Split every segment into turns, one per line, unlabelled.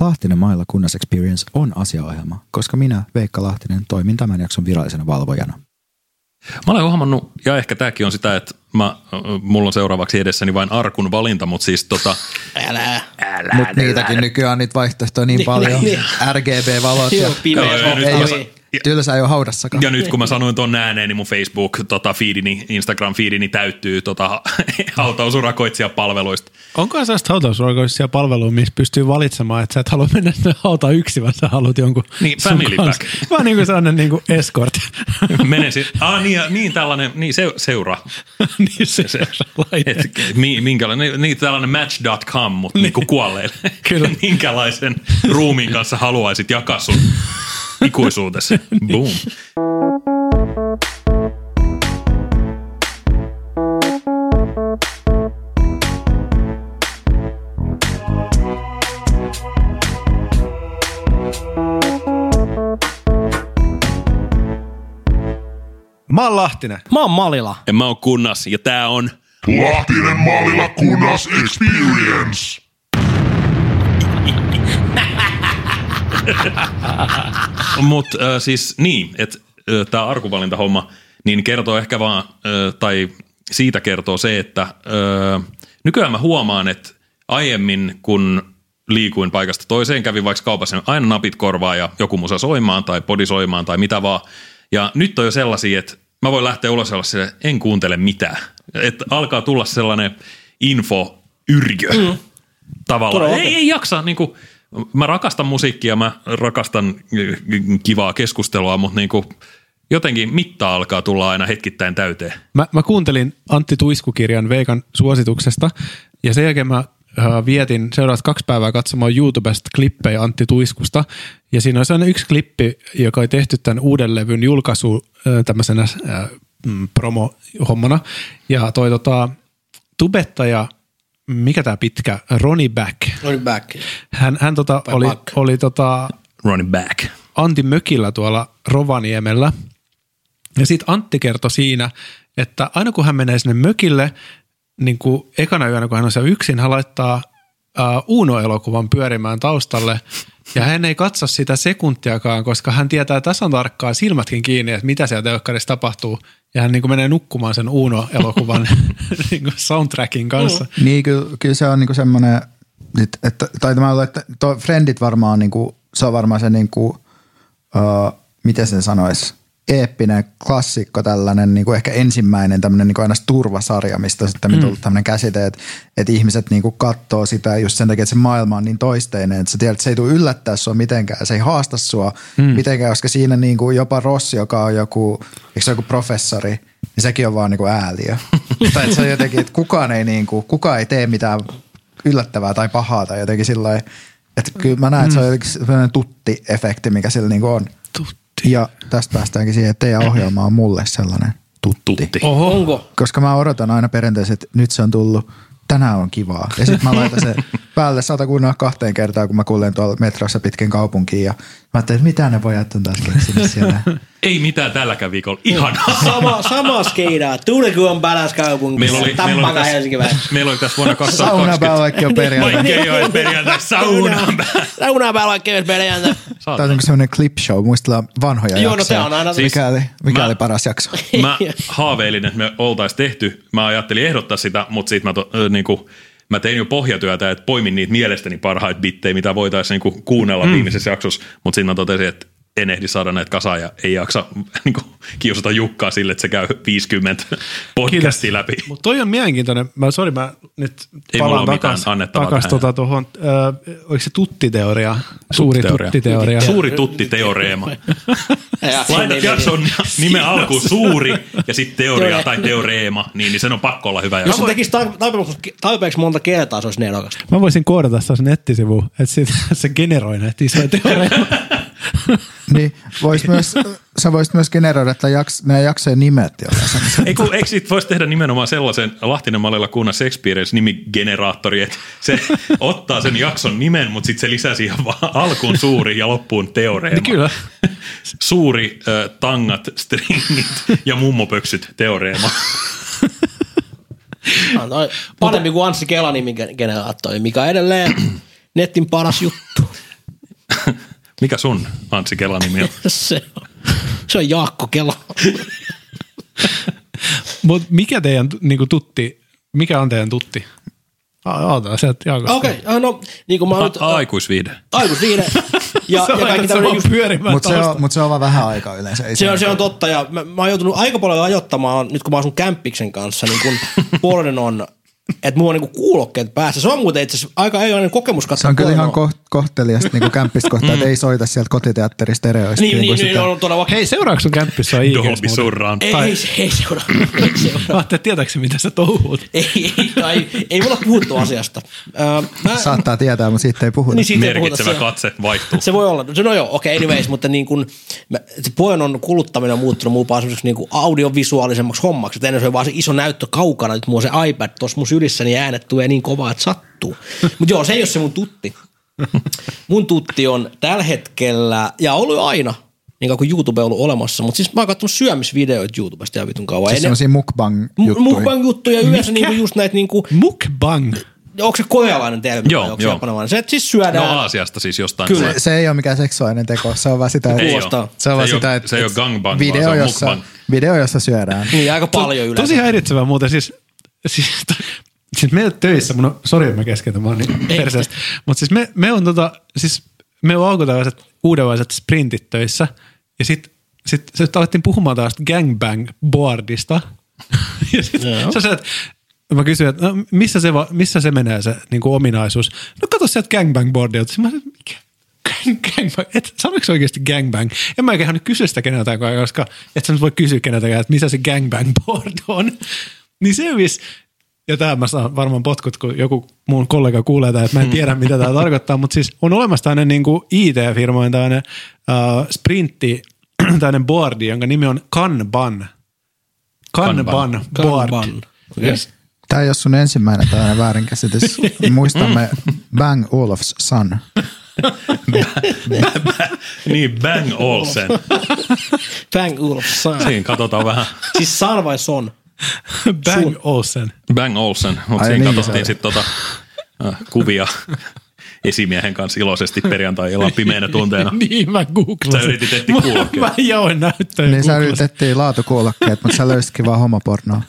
Lahtinen Mailla Kunnas Experience on asiaohjelma, koska minä, Veikka Lahtinen, toimin tämän jakson virallisena valvojana.
Mä olen huomannut, ja ehkä tämäkin on sitä, että mä, mulla on seuraavaksi edessäni vain arkun valinta, mutta siis tota,
Älä.
Älä, Mut niitäkin älä. nykyään on niitä vaihtoehtoja niin paljon.
niin.
RGB-valot ja
Joo, pimeä.
Joo, joo, nyt
ei,
mä
ole- tylsä ei ole haudassakaan.
ja nyt kun mä sanoin tuon ääneen, niin mun Facebook tota, feedini, Instagram feedini täyttyy tota, hautausurakoitsija palveluista.
Onko sellaista hautausurakoisia palvelua, missä pystyy valitsemaan, että sä et halua mennä sinne hautaan yksin, vaan sä haluat jonkun
Niin,
sun
family
kanssa.
pack.
Vaan niin kuin sellainen niin kuin escort.
Menen siis, ah, niin, ja- niin tällainen, niin se, seura.
niin se, se
Et, mi, minkälainen, niin tällainen match.com, mutta niin. kuin kuolleille.
Kyllä.
Minkälaisen ruumiin kanssa haluaisit jakaa sun ikuisuutesi? Boom.
Mä oon Lahtinen.
Mä oon Malila.
En mä oon kunnas, ja tää on
Lahtinen maalilla kunnas experience.
Mutta äh, siis niin, että äh, tämä arkuvalintahomma niin kertoo ehkä vaan, äh, tai siitä kertoo se, että äh, nykyään mä huomaan, että aiemmin kun liikuin paikasta toiseen, kävin vaikka kaupassa, niin aina napit korvaa ja joku musa soimaan tai podi soimaan tai mitä vaan. Ja nyt on jo sellaisia, että mä voin lähteä ulos ja olla sille, en kuuntele mitään. Että alkaa tulla sellainen info yrjö. Mm tavallaan.
Todellakin.
Ei, ei jaksa, niin kuin, mä rakastan musiikkia, mä rakastan mm, kivaa keskustelua, mutta niin kuin, jotenkin mitta alkaa tulla aina hetkittäin täyteen.
Mä, mä kuuntelin Antti Tuiskukirjan Veikan suosituksesta ja sen jälkeen mä äh, vietin seuraavat kaksi päivää katsomaan YouTubesta klippejä Antti Tuiskusta. Ja siinä on sellainen yksi klippi, joka oli tehty tämän uuden levyn julkaisu äh, tämmöisenä äh, mm, promohommana. Ja toi tota, tubettaja, mikä tämä pitkä, Ronnie Back.
Run back.
Hän, hän tota, oli,
Back.
oli tota,
Running back.
Antin mökillä tuolla Rovaniemellä. Ja sitten Antti kertoi siinä, että aina kun hän menee sinne mökille, niin kuin ekana yönä, kun hän on siellä yksin, hän laittaa ää, Uuno-elokuvan pyörimään taustalle. Ja hän ei katso sitä sekuntiakaan, koska hän tietää tasan tarkkaan silmätkin kiinni, että mitä siellä telkkarissa tapahtuu. Ja hän niin kuin menee nukkumaan sen Uuno-elokuvan niin kuin soundtrackin kanssa.
Niin, kyllä, kyllä se on niinku semmoinen, nyt, että, tai mä luulen, että toi Friendit varmaan, niinku, se on varmaan se, niinku, uh, miten sen sanoisi, eeppinen klassikko tällainen, niinku ehkä ensimmäinen tämmöinen niinku aina turvasarja, mistä on sitten mm. tullut tämmöinen käsite, että, että ihmiset niinku katsoo sitä just sen takia, että se maailma on niin toisteinen, että sä tiedät, että se ei tule yllättää sua mitenkään, se ei haasta sua mm. mitenkään, koska siinä niinku jopa Rossi, joka on joku, eikö se ole joku professori, niin sekin on vaan niinku ääliö. tai että se on jotenkin, että kukaan ei, niinku, kukaan ei tee mitään yllättävää tai pahaa tai jotenkin sillä lailla. että kyllä mä näen, että se on jotenkin sellainen tutti-efekti, mikä sillä niinku on. Mm. Tutti. Ja tästä päästäänkin siihen, että teidän ohjelma on mulle sellainen tutti. tutti.
Oho. Onko?
Koska mä odotan aina perinteiset, että nyt se on tullut, tänään on kivaa. Ja sitten mä laitan se päälle sata kuunnella kahteen kertaan, kun mä kuulen tuolla metrossa pitkin kaupunkiin. Ja mä ajattelin, että mitä ne pojat on taas keksinyt siellä.
Ei mitään tälläkään viikolla. Ihanaa.
Sama, sama skeidaa. Tuule kun on paras kaupunki.
Meillä oli, meillä oli,
Tampaka Helsinki vähän.
tässä, meillä oli tässä vuonna
Sauna
2020.
päällä on perjantai.
Vaikea ei ole perjantai saunaan. päin.
Saunaa päällä on kevyt perjantai.
Tämä on niinku semmoinen clip show, muistellaan vanhoja
niin. Joo, no
jaksoja.
se on aina
Mikä oli, mikä
mä-
oli paras jakso?
Mä haaveilin, että me oltaisiin tehty. Mä ajattelin ehdottaa sitä, mutta sitten mä, to, ö, niinku, mä tein jo pohjatyötä, että poimin niitä mielestäni parhaita bittejä, mitä voitaisiin niinku kuunnella mm. viimeisessä jaksossa. Mutta sitten mä totesin, että en ehdi saada näitä kasaan ja ei jaksa niinku, kiusata Jukkaa sille, että se käy 50 podcastia läpi.
Mutta toi on mielenkiintoinen. Mä, sori, mä nyt
Ei mulla
palaan
ole mitään
takas,
annettavaa
takas
tähän.
tota tuohon, ö, oliko se tuttiteoria? Suuri
Tuttiteoria.
tuttiteoria. Suuri.
Suuri tuttiteoreema.
Ja-
Laita jakson nimen alkuun suuri ja sitten teoria
Joo.
tai teoreema, niin, niin sen on pakko olla hyvä
Jos
jakso.
se tekisi tar- tarpeeksi, tarpeeksi monta kertaa, se olisi nelokasta.
Mä voisin koodata tässä nettisivu, että sit, se generoi näitä isoja teorioita.
Niin, vois myös, sä voisit myös generoida että jaks, nämä jaksojen nimet jollain semmoisen.
Ei kun, eikö sit voisi tehdä nimenomaan sellaisen Lahtinen mallilla kunnan Sexperience nimigeneraattori, että se ottaa sen jakson nimen, mutta sitten se lisää siihen vaan alkuun suuri ja loppuun teoreema.
Niin kyllä.
Suuri, ö, tangat, stringit ja mummopöksyt teoreema.
On toi parempi kuin Anssi Kelanin generaattori, mikä on edelleen netin paras juttu.
Mikä sun Antsi Kelan nimi on?
Se on, se on Jaakko Kela.
Mutta mikä teidän niinku, tutti, mikä on teidän tutti? A- Aataan sieltä Jaakosta.
Okei, okay, no niin kuin mä oon nyt...
A- aikuisviihde.
Aikuisviihde. Ja,
Se on
ja
aina
kaikki tämmöinen
sama
just
pyörimään
Mutta se,
tausta.
on- mut se on vaan vähän aikaa yleensä. Ei
Se on, se on totta ja mä, mä oon joutunut aika paljon ajottamaan, nyt kun mä asun kämppiksen kanssa, niin kun Pornon on, että mulla on niinku kuulokkeet päässä. Se on muuten itse asiassa aika erilainen kokemus katsoa
Se on kyllä ihan
pornoa.
koht, kohteliasta niin kämppistä kohtaa, että ei soita sieltä kotiteatteristereoista.
Mm. Niin, niin,
kuin
niin,
sitä.
on todella
Hei, seuraako sun kämppissä on IG?
Dolby surraan.
Ei, ei, se- ei seuraa. Ei, seuraa.
Mä ajattelin, tietääksä mitä sä touhuut.
ei, ei, ai, ei mulla puhuttu asiasta. Öö, mä,
Saattaa tietää, mutta siitä ei puhuta.
niin siitä ei puhuta.
Merkitsevä
Se-
katse vaihtuu.
Se voi olla. No, no joo, okei, okay, anyways, mutta niin kun, mä, se Puenon kuluttaminen on muuttunut muupaan semmoiseksi niin kuin audiovisuaalisemmaksi hommaksi. Et ennen se oli vaan se iso näyttö kaukana, nyt mulla on se iPad tuossa mun sylissä, niin äänet tulee niin kovaa, että sattuu. Mutta joo, se ei ole se mun tutti. Mun tutti on tällä hetkellä, ja ollut aina, niin kauan kuin YouTube on ollut olemassa, mutta siis mä oon katsonut syömisvideoita YouTubesta ja vitun kauan.
Siis
Ei ne-
semmoisia mukbang-juttuja.
Mu- Mukbang-juttuja yleensä niinku just näitä niinku,
Mukbang.
onko se korealainen termi
Joo,
vai onko se
joo.
japanilainen? Se, että siis syödään.
No Aasiasta siis jostain.
Kyllä.
tulee.
Se, se ei ole mikään seksuaalinen teko, se on vaan sitä, että,
Ei
Kuulostaa.
oo.
se on vaan
ei
sitä,
oo-
että
se ei ole gangbang,
video,
vaan se on
jossa,
mukbang.
video, jossa syödään.
Niin, aika paljon yleensä.
Tosi häiritsevää muuten. Siis, siis, to, siis meillä töissä, mun on, sori, että mä keskeytän, mä oon niin perseestä. Mutta siis me, me on tota, siis me on alkutäväiset uudenlaiset sprintit töissä. Ja sit, sit, sit alettiin puhumaan taas gangbang-boardista. ja sit
Joo.
sä, sä, et- mä kysyin, että no, missä, se, va- missä se menee se niin kuin ominaisuus? No kato sieltä gangbang-boardilta. Sitten Mä sanoin, mikä? Gang- Gangbang. Et, sanoiko se oikeasti gangbang? En mä eiköhän nyt kysy sitä keneltäkään, koska et sä nyt voi kysyä keneltäkään, että missä se gangbang-board on. Niin se vis, ja tämä mä saan varmaan potkut, kun joku mun kollega kuulee tämän, että mä en tiedä, mitä tämä tarkoittaa, mutta siis on olemassa tämmöinen niin IT-firmojen tämmöinen äh, sprintti, tämmöinen boardi, jonka nimi on Kanban. Kanban,
Kanban.
board.
Kanban.
Yes.
Tämä ei ole sun ensimmäinen tällainen väärinkäsitys. Muistamme Bang Oluf's Son.
Niin, Bang Olsen.
Bang Oluf San.
Siinä katsotaan vähän.
Siis San vai Son?
Bang Olsen.
Bang Olsen, mutta
Ai
siinä
niin, se
katsottiin
oli.
sitten tota, äh, kuvia esimiehen kanssa iloisesti perjantai-illan pimeänä tunteena.
niin mä googlasin.
Sä yritit etsiä
Mä-
kuulokkeet.
Mä jaoin näyttöön
Niin sä
googlasin.
yritettiin laatukuulokkeet, mutta sä löysitkin vaan homopornoa.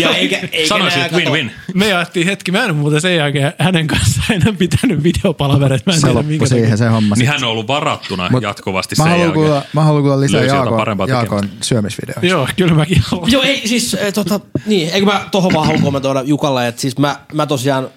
Ja eikä, eikä
Sanoisin,
nää
että
kato-
win-win.
Me jaettiin hetki, mä en muuten sen jälkeen hänen kanssaan enää pitänyt videopalavereita.
Niin,
Mä en
Se
tiedä,
loppui
minkä takia.
siihen se homma.
Niin hän on ollut varattuna
Mut
jatkuvasti
mä
sen
haluan
jälkeen.
kuulla, mä haluan kuulla lisää
Löysi jotain
Jaakon,
parempaa tekemistä.
Jaakon syömisvideoista.
Joo, kyllä mäkin haluan.
Joo, ei siis, äh, tota, niin, eikö mä tohon vaan halua kommentoida Jukalle, että siis mä, mä tosiaan,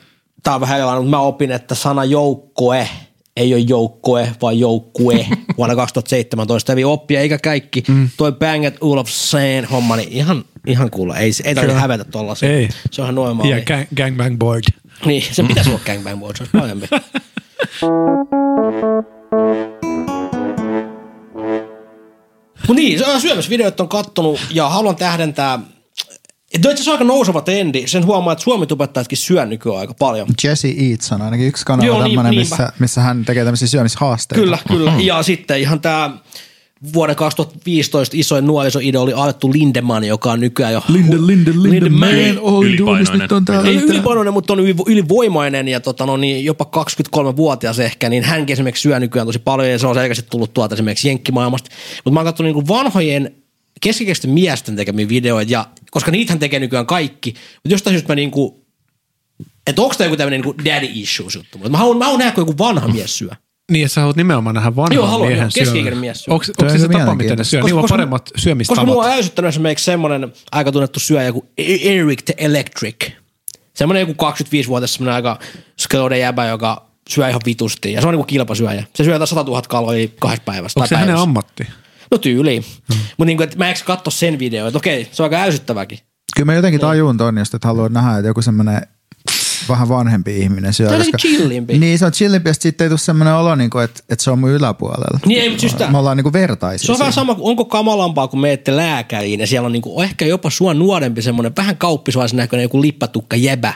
tää on vähän erilainen, mutta mä opin, että sana joukkue ei ole joukkoe, vaan joukkue vuonna 2017. Eli oppia eikä kaikki. Mm. Toi Bang at Olaf Sen homma, niin ihan, ihan kuulla. Ei, se- ei tarvitse hävetä tollasia.
Ei.
Se on ihan normaali.
Ja gang, gangbang board.
Niin, se pitäisi olla gangbang board, se olisi parempi. Mut niin, se- syömisvideot on kattonut ja haluan tähdentää, että itse asiassa aika nouseva trendi. Sen huomaa, että suomitubettajatkin syö nykyään aika paljon.
Jesse Eats on ainakin yksi kanava
Joo, niin-
tämmöinen,
niinpä.
missä, missä hän tekee tämmöisiä syömishaasteita.
Kyllä, mm-hmm. kyllä. Ja sitten ihan tämä vuoden 2015 isoin nuorisoidoli Arttu Lindemann, joka on nykyään jo... Linde, Linde, Lindemann.
Ylipainoinen.
Ei ylipainoinen, mutta on ylivo- ylivoimainen ja tota, no niin, jopa 23-vuotias ehkä, niin hänkin esimerkiksi syö nykyään tosi paljon ja se on selkeästi tullut tuolta esimerkiksi jenkkimaailmasta. Mutta mä oon katsonut niin vanhojen keskikesten miesten tekemiä videoita, ja, koska niitähän tekee nykyään kaikki, mutta jostain syystä mä niin kuin, että onko tämä joku tämmöinen niin daddy issues juttu, mutta mä haluan, mä haluan nähdä, kun joku vanha mies syö.
Niin, että sä haluat nimenomaan nähdä vanhan
Joo, haluan, joo.
miehen
Keski-ikäinen mies syö.
Onko
Toi
se
on
se tapa, miten ne
mielenkiintoista.
syö? Niillä on paremmat syömistavat.
Koska mua on ärsyttänyt esimerkiksi semmoinen aika tunnettu syöjä kuin E- Eric the Electric. Semmoinen joku 25-vuotias semmoinen aika skeloiden jäbä, joka syö ihan vitusti. Ja se on niinku kilpasyöjä. Se syö jotain 100 000 kaloria kahdessa päivässä.
Onko se
tai
hänen
päivässä.
ammatti?
No tyyliin. Mm. Mutta niinku, et mä eikö katso sen video, että okei, se on aika ärsyttäväkin.
Kyllä mä
Niin.
jotenkin tajuun ton, jos et halua nähdä, että joku semmoinen vähän vanhempi ihminen syö.
Tää on chillimpi.
Niin, se on chillimpi, ja sit siitä ei tule semmoinen olo, niin kuin, että, että se on mun yläpuolella.
Niin, ei, mut just tää-
Me ollaan niin kuin vertaisia.
Se on vähän
siinä.
sama, kuin onko kamalampaa, kun menette lääkäriin ja siellä on niinku, ehkä jopa sua nuorempi semmoinen vähän kauppisvaisen näköinen joku lippatukka jäbä.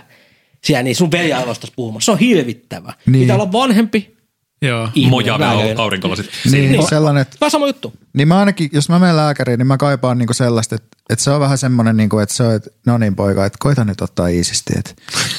Siellä niin sun veli aivastas puhumassa. Se on hirvittävä.
Niin.
Niin. Pitää olla vanhempi
Joo.
ihminen.
Moja vielä
lääkärinä.
aurinkolasit.
Niin,
Niin.
sellainen, että
Vähän sama juttu.
Niin mä ainakin, jos mä menen lääkäriin, niin mä kaipaan niinku sellaista, että, että se on vähän semmoinen, niinku, että se on, että no niin poika, että koita nyt ottaa iisisti. Että,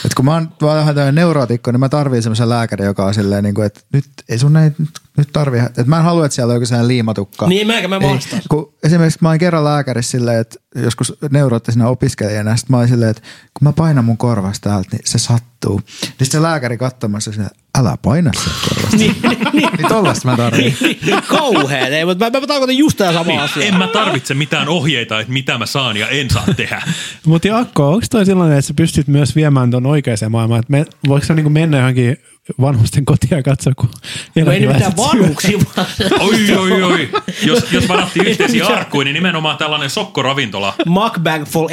että kun mä oon vähän tämmöinen neurootikko, niin mä tarviin semmoisen lääkärin, joka on silleen, niinku, että nyt ei sun ei, nyt, nyt tarvii, että mä en halua, että siellä on joku sellainen liimatukka.
Niin, mä enkä mä vastaan.
kun esimerkiksi mä olin kerran lääkärissä silleen, että joskus neuroottisena opiskelijana, sitten mä olin silleen, että kun mä painan mun korvasta täältä, niin se sattuu. Niin se lääkäri katsomassa silleen, älä paina sitä korvasta.
Niin, niin,
Niin tollasta mä tarvitsen.
niin, Kauheen, ei, mutta mä, mä tarkoitan just tää sama asia.
Niin, en mä tarvitse mitään ohjeita, että mitä mä saan ja en saa tehdä.
Mutta Jaakko, onko toi sellainen, että sä pystyt myös viemään ton oikeaan maailmaan? Et Me, voiko sä niinku mennä johonkin vanhusten kotiin ja katsoa, kun
Kun ei nyt mitään
eläkeläiset syö?
vanhuksia vaan
Oi, oi, oi. Jos, jos varattiin yhteisiä arkkuja, niin nimenomaan tällainen sokkoravintola.
Mukbang for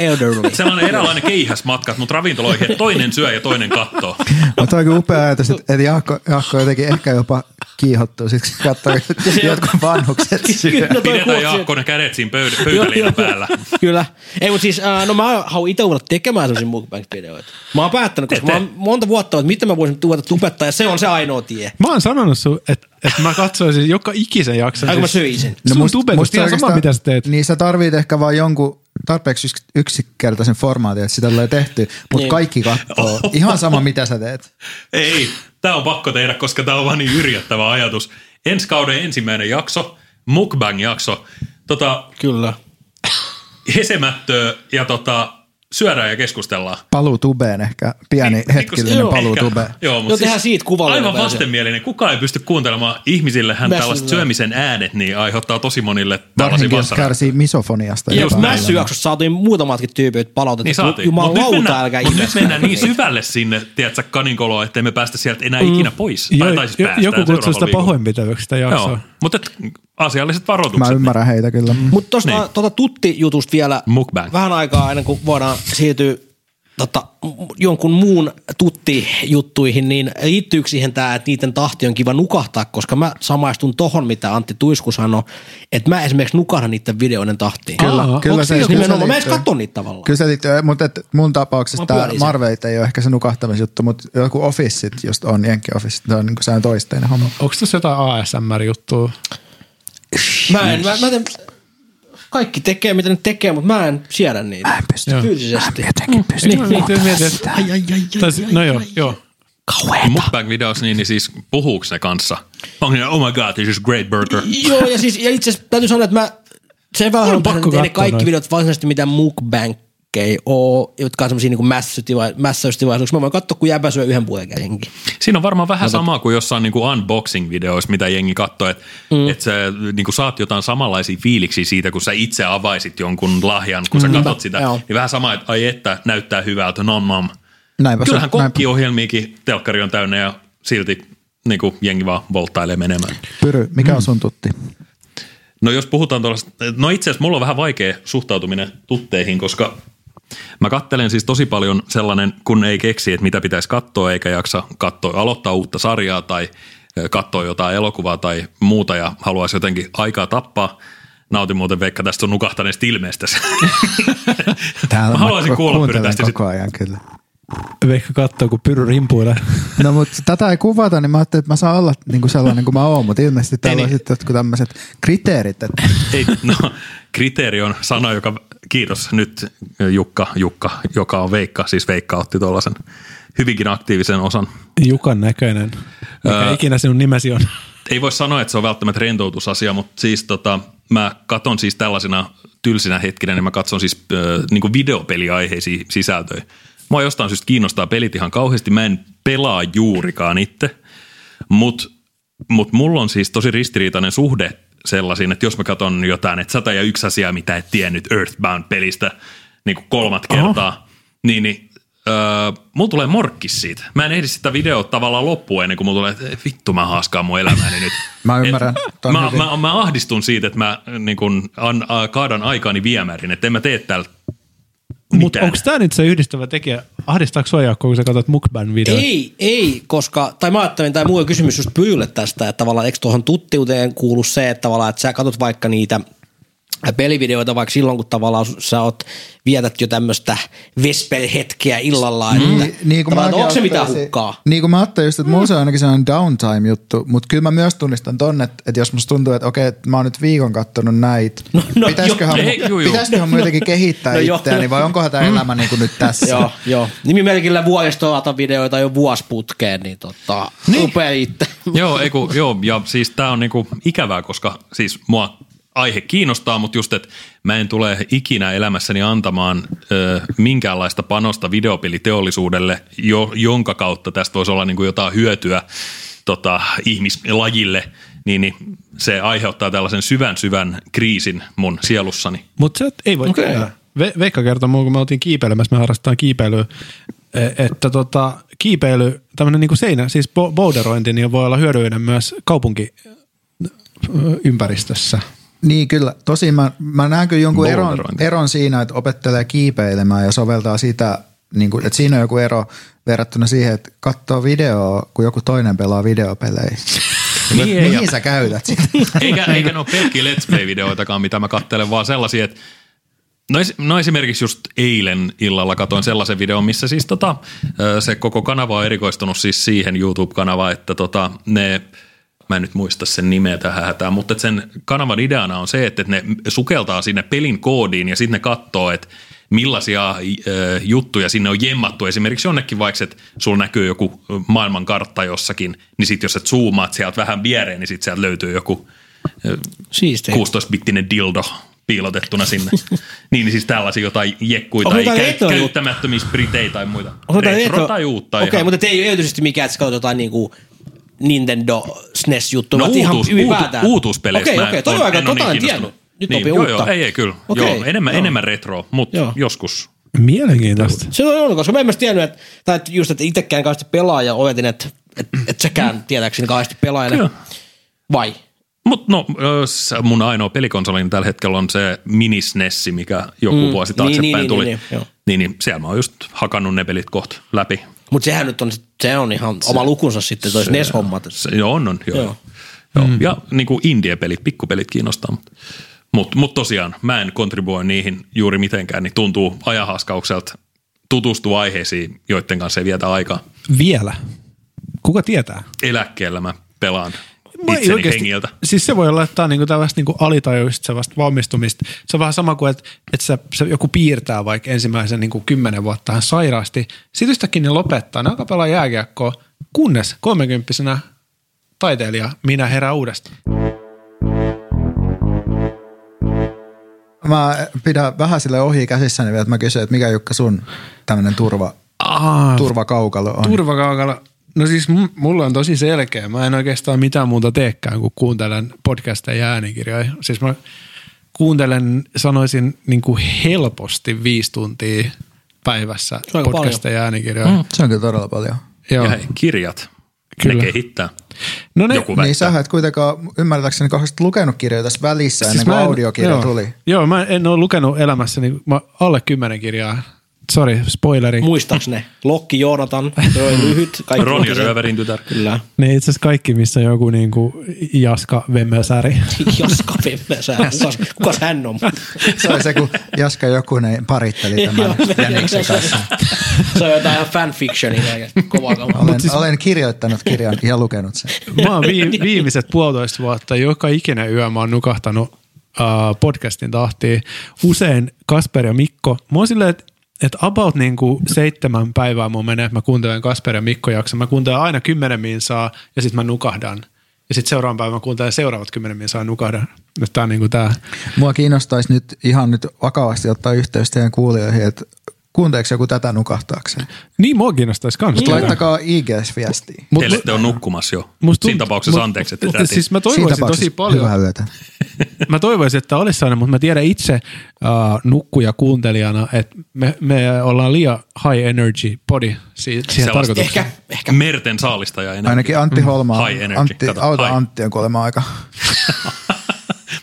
elderly.
Sellainen eräänlainen keihäsmatkat, mutta ravintoloihin, että toinen syö ja toinen kattoo.
Mutta on kyllä upea ajatus, että, että Jaakko, Jaakko jotenkin ehkä jopa kiihottuu siksi, kun katsoo, että jotkut vanhukset No, syö.
Kyllä toi
Pidetään
kuulostaa-
Jaakko ne kädet siinä pöydä, pöytäliinan päällä.
Kyllä. Ei, mutta siis, äh, no mä haluan itse ruveta tekemään sellaisia mukbang-videoita. Mä oon päättänyt, koska mä oon monta vuotta, ollut, että miten mä voisin tuoda tubetta, ja se on se ainoa tie.
Mä oon sanonut sun, että et mä katsoisin joka ikisen jakson.
Ai, kun mä söin sen.
No, sun must, tubetus, ihan sama
oikeastaan-
mitä sä teet.
Niin sä tarvit ehkä vaan jonkun tarpeeksi yks- yksinkertaisen formaatin, että sitä tulee tehty, mutta
Niin.
niin. kaikki katsoo. Ihan sama mitä sä teet.
Ei, tämä on pakko tehdä, koska tämä on vaan niin yrjättävä ajatus. Ensi kauden ensimmäinen jakso, mukbang-jakso. Tota,
Kyllä.
hesemättöä ja tota, syödään ja keskustellaan.
Paluu tubeen ehkä, pieni
Niin, niin,
hetkellinen
kun-
paluu
ehkä.
tubeen.
Joo, mut siis
Joo, tehdään siitä kuvallinen
Aivan
versio.
vastenmielinen. Kukaan ei pysty kuuntelemaan. Ihmisillähän
Mä
tällaiset
syvään.
syömisen äänet niin aiheuttaa tosi monille tällaisia
Varsinkin jos
vassareita.
kärsii misofoniasta.
Ja
jotain.
mässyjaksossa saatiin muutamatkin tyypit palautetta.
Niin saatiin. Mut nyt
Jumalauta,
mennään,
älkää
mut nyt
ihmeessä.
mennään niin syvälle sinne, tiedätkö, kaninkoloa, ettei me päästä sieltä enää ikinä pois. Tai
Jo-
taisi
Mm. jo-
päästään
joku kutsuu sitä
seuraavalla viikolla.
pahoinpitävyksi sitä
Joo,
jaksoa.
mutta et, asialliset
Mä
varoitukset.
ymmärrän heitä kyllä.
Mutta tuosta
Niin.
niin. tuota tutti-jutusta vielä
Mukbang.
vähän aikaa ennen kuin voidaan siirtyä tota, m- jonkun muun tutti-juttuihin, niin liittyykö siihen tämä, että niiden tahti on kiva nukahtaa, koska mä samaistun tohon, mitä Antti Tuisku sanoi, että mä esimerkiksi nukahdan niiden videoiden tahtiin.
Kyllä,
Aa,
kyllä
onks
se,
niin?
kyllä
Nimenomaan. Mä en edes
liittyy.
katso niitä tavallaan.
Kyllä se liittyy, mutta et mun tapauksessa
Mä
tämä
puolin sen.
Marveit ei ole ehkä se nukahtamisjuttu, mutta joku office, josta on jenkki office, se on, niin se on toisteinen homma.
Onko tuossa jotain ASMR-juttua?
Mä en, mä, mä teen, kaikki tekee, mitä ne tekee, mutta mä en siedä niitä. Mä en pysty. Fyysisesti. Mä jotenkin pysty.
Ei, mä nyt mietin, että-
Ai, ai, ai, ai,
Tai si- No joo, joo.
kauheeta.
Mukbang-videossa, niin, niin siis puhuuko ne kanssa? Onko ne, oh my god, this is great burger.
Joo, ja siis ja itse asiassa täytyy sanoa, että mä sen vähän haluan
pakko
pakko tehdä, että ei ne
katsoa
kaikki
noita.
noin. videot varsinaisesti mitään mukbangkei oo, jotka on semmosia niinku mässytiva- mässäystivaisuuksia. Mä voin katsoa, kun jäbä syö yhden puheenkäsinkin.
Siinä on varmaan vähän samaa kuin jossain niin kuin unboxing-videoissa, mitä jengi katsoo, että mm. et sä niin kuin saat jotain samanlaisia fiiliksiä siitä, kun sä itse avaisit jonkun lahjan, kun sä katsot sitä.
joo.
Niin vähän sama, että ai että, näyttää hyvältä, nom nom.
Näinpä
Kyllähän
se, näinpä.
kokkiohjelmiakin telkkari on täynnä ja silti niin kuin jengi vaan volttailee menemään.
Pyry, mikä on sun tutti?
No jos puhutaan tuollaista, no itse asiassa mulla on vähän vaikea suhtautuminen tutteihin, koska mä kattelen siis tosi paljon sellainen, kun ei keksi, että mitä pitäisi katsoa eikä jaksa katsoa, aloittaa uutta sarjaa tai ö, katsoa jotain elokuvaa tai muuta ja haluaisi jotenkin aikaa tappaa. Nautin muuten Veikka tästä sun nukahtaneesta ilmeestä.
Täällä
mä haluaisin
ku-
kuulla pyri
kuuntelen
tästä.
koko ajan kyllä.
Veikka katsoo, kun pyry rimpuilee.
No mutta tätä ei kuvata, niin mä ajattelin, että mä saan olla niin kuin sellainen kuin mä oon, mutta ilmeisesti täällä on
niin.
sitten jotkut tämmöiset kriteerit, että
Ei, no, kriteeri on sana, joka, kiitos nyt Jukka, Jukka, joka on Veikka, siis Veikka otti tuollaisen hyvinkin aktiivisen osan
Jukan näköinen. Mikä ikinä sinun nimesi on.
ei voi sanoa, että se on välttämättä rentoutusasia, mutta siis tota, mä katon siis tällaisena tylsinä hetkinä, niin mä katson siis äh, niin videopeliaiheisia sisältöjä. Mua jostain syystä kiinnostaa pelit ihan kauheasti. Mä en pelaa juurikaan itse, mutta mut mulla on siis tosi ristiriitainen suhde sellaisiin, että jos mä katson jotain, että sata ja yksi asiaa, mitä et tiennyt Earthbound-pelistä niin kuin kolmat kertaa, niin, niin öö, mulla tulee morkkis siitä. Mä en ehdi sitä videoa tavallaan loppuun ennen kuin mulla tulee, että vittu mä haaskaan mun elämäni nyt.
Mä ymmärrän.
Et,
Toi on
mä,
hyvin.
mä, mä, ahdistun siitä, että mä niin kun, an, äh, kaadan aikaani viemärin, että en mä tee täällä
Mutta
mitään.
onko tämä nyt se yhdistävä tekijä? Ahdistaako sua Jaakko, kun sä katsot mukbang-videoita?
Ei, ei, koska, tai mä ajattelin, tai muu kysymys just Pyrylle tästä, että tavallaan eikö tuohon tuttiuteen kuulu se, että tavallaan, että sä katsot vaikka niitä pelivideoita, vaikka silloin, kun tavallaan sä oot, vietät jo tämmöistä vespelhetkeä illalla, mm. että, niin,
kun mä
tavallaan, että onko se
ajattelin,
mitään
että se-
hukkaa?
Niin kuin mä ajattelin just, että mulla se on ainakin sellainen downtime-juttu, mutta kyllä mä myös tunnistan ton, että, että jos musta tuntuu, että okei, että mä oon nyt viikon kattonut näitä, no,
no,
pitäisiköhän,
joo,
mu-
ei, juu, juu.
pitäisiköhän mun jotenkin kehittää
no,
no,
joo. Mm.
itseäni, vai onkohan tämä elämä niin kuin nyt tässä?
joo, joo. Nimimerkillä vuodesta videoita jo vuosputkeen, niin tota, niin. upea itse.
Joo, ei kun, joo, ja siis tämä on niinku ikävää, koska siis mua aihe kiinnostaa, mutta just, että mä en tule ikinä elämässäni antamaan ö, minkäänlaista panosta videopeliteollisuudelle, jo, jonka kautta tästä voisi olla niinku jotain hyötyä tota, ihmislajille, niin, niin se aiheuttaa tällaisen syvän syvän kriisin mun sielussani.
Mutta se ei voi
Okei.
okay. Ve, Veikka kertoi mulle, kun me oltiin kiipeilemässä, me harrastetaan kiipeilyä, e- että tota, kiipeily, tämmöinen niinku seinä, siis bo- boulderointi, niin voi olla hyödyllinen myös kaupunkiympäristössä.
Niin kyllä, tosin mä, mä näen kyllä jonkun eron,
Boulderointi.
eron siinä, että opettelee kiipeilemään ja soveltaa sitä, niin kuin, että siinä on joku ero verrattuna siihen, että katsoo videoa, kun joku toinen pelaa videopelejä.
Niin, ei, ja-
Mihin sä käytät sitä?
Eikä, eikä ne ole pelkkiä Let's Play-videoitakaan, mitä mä kattelen, vaan sellaisia, että No, es, no esimerkiksi just eilen illalla katoin sellaisen videon, missä siis tota, ö, se koko kanava on erikoistunut siis siihen YouTube-kanavaan, että tota, ne, mä en nyt muista sen nimeä tähän hätään, mutta et sen kanavan ideana on se, että et ne sukeltaa sinne pelin koodiin ja sitten ne katsoo, että millaisia ö, juttuja sinne on jemmattu. Esimerkiksi jonnekin vaikka, että sulla näkyy joku maailmankartta jossakin, niin sitten jos et zoomaat sieltä vähän viereen, niin sitten sieltä löytyy joku
Siistiä.
16-bittinen dildo piilotettuna sinne. niin, niin siis tällaisia jotain jekkuja
Onko
tai
jotain
käy,
retro-
käyttämättömiä spritejä tai muita. retro tai uutta.
Okei,
ihan.
mutta te ei ole erityisesti mikään, että sä katsot jotain niinku Nintendo SNES-juttua,
No
vaan ihan
uutuus-
ylipäätään.
uutu- uutuuspeleistä
Okei,
mä en-
okei, toi
on-
on aika,
en ole
tota en
niin
tiennyt.
kiinnostunut.
Nyt
niin,
opin
joo,
uutta.
joo, ei, ei, kyllä.
Okei,
joo, enemmän, enemmän retro, mutta
Joo.
joskus.
Mielenkiintoista.
Se on ollut, koska mä en myös tiennyt, että, tai että just, että itsekään kauheasti pelaaja oletin, että, että, että sekään tietääkseni kauheasti pelaajana.
Kyllä.
Vai?
Mutta no, ö, s- mun ainoa pelikonsoli tällä hetkellä on se minisnessi, E mikä joku mm, vuosi
niin,
taaksepäin
niin, niin,
tuli.
niin,
Niin,
niin, joo.
niin, niin, niin, siellä mä oon just hakannut ne pelit kohta läpi.
Mutta sehän nyt on, sit- se on ihan se, oma lukunsa sitten, toi E SNES-hommat.
Se, joo, on, on. Joo.
Joo.
joo. joo. Mm. Ja niin kuin indie-pelit, pikkupelit kiinnostaa. Mutta mut tosiaan, mä en kontribuoi niihin juuri mitenkään, niin tuntuu ajanhaskaukselta tutustua aiheisiin, joiden kanssa ei vietä aikaa.
Vielä. Kuka tietää?
Eläkkeellä mä pelaan
Mä ei
itseni oikeasti. hengiltä.
Siis se voi olla, että tämä on niinku tällaista niinku alitajuista sellaista valmistumista. Se on vähän sama kuin, että, että sä, sä joku piirtää vaikka ensimmäisen niinku kymmenen vuotta hän sairaasti. Sitten yhtäkkiä ne lopettaa. Ne alkaa pelaa jääkiekkoa, kunnes kolmekymppisenä taiteilija minä herää uudestaan.
Mä pidän vähän sille ohi käsissäni vielä, että mä kysyn, että mikä Jukka sun tämmöinen turva,
Aa,
turvakaukalo on.
Turvakaukalla. No siis m- mulla on tosi selkeä. Mä en oikeastaan mitään muuta teekään, kun kuuntelen podcasteja ja äänikirjoja. Siis mä kuuntelen, sanoisin, niin kuin helposti viisi tuntia päivässä
on aika
podcasteja ja äänikirjoja. Mm,
se on kyllä todella paljon.
Joo.
Ja hei, kirjat, Kyllä.
Kyllä.
ne kehittää.
No ne,
Joku
Väittää. Niin
väittää.
sä et kuitenkaan ymmärtääkseni kohdasta lukenut kirjoja tässä välissä siis ennen kuin
mä en-
audiokirja
joo,
tuli.
Joo, mä en ole lukenut elämässäni mä alle kymmenen kirjaa. Sorry, spoileri.
Muistaaks ne? Lokki Joonatan, toi lyhyt. kaikki
Ronja
lukiset.
Rööverin tytär.
Kyllä.
Ne itse asiassa kaikki, missä on joku niin kuin jaska, vemmösäri.
Jaska Pemmesä. Kukas, kukas hän on?
Se oli se, kun Jaska Jokunen paritteli tämän Jäniksen kanssa.
Se on jotain ihan fanfictionia ja kovaa kamaa.
Olen, siis... olen kirjoittanut kirjan ja lukenut sen.
Mä oon vi- viimeiset puolitoista vuotta, joka ikinen yö mä oon nukahtanut äh, podcastin tahtiin. Usein Kasper ja Mikko. Mä oon silleen, että et about niinku seitsemän päivää mun menee, että mä kuuntelen Kasper ja Mikko jakson. Mä kuuntelen aina kymmenen minsaa ja sitten mä nukahdan. Ja sitten seuraavan päivän mä kuuntelen seuraavat kymmenen minsaa ja nukahdan. Että tää on niinku tää.
Mua kiinnostaisi nyt ihan nyt vakavasti ottaa yhteys teidän kuulijoihin, että kuunteeko joku tätä nukahtaakseen?
Niin mua kiinnostaisi kans.
Niin. Laittakaa IGS-viestiä.
Mut-
Teille te on nukkumassa jo.
Musta tunt-
Siinä tapauksessa
mut-
anteeksi, että
mut-
täti.
Siis mä toivoisin tosi paljon,
Hyvää yötä.
mä toivoisin, että olisi sellainen, mutta mä tiedän itse uh, nukkuja kuuntelijana, että me, me ollaan liian high energy body si- siihen
Sellaista.
tarkoitukseen.
Ehkä, ehkä.
Merten saalistaja enää.
Ainakin Antti Holma.
Mm. High energy,
Antti,
kato,
auta
high.
Antti on kuulemma aika.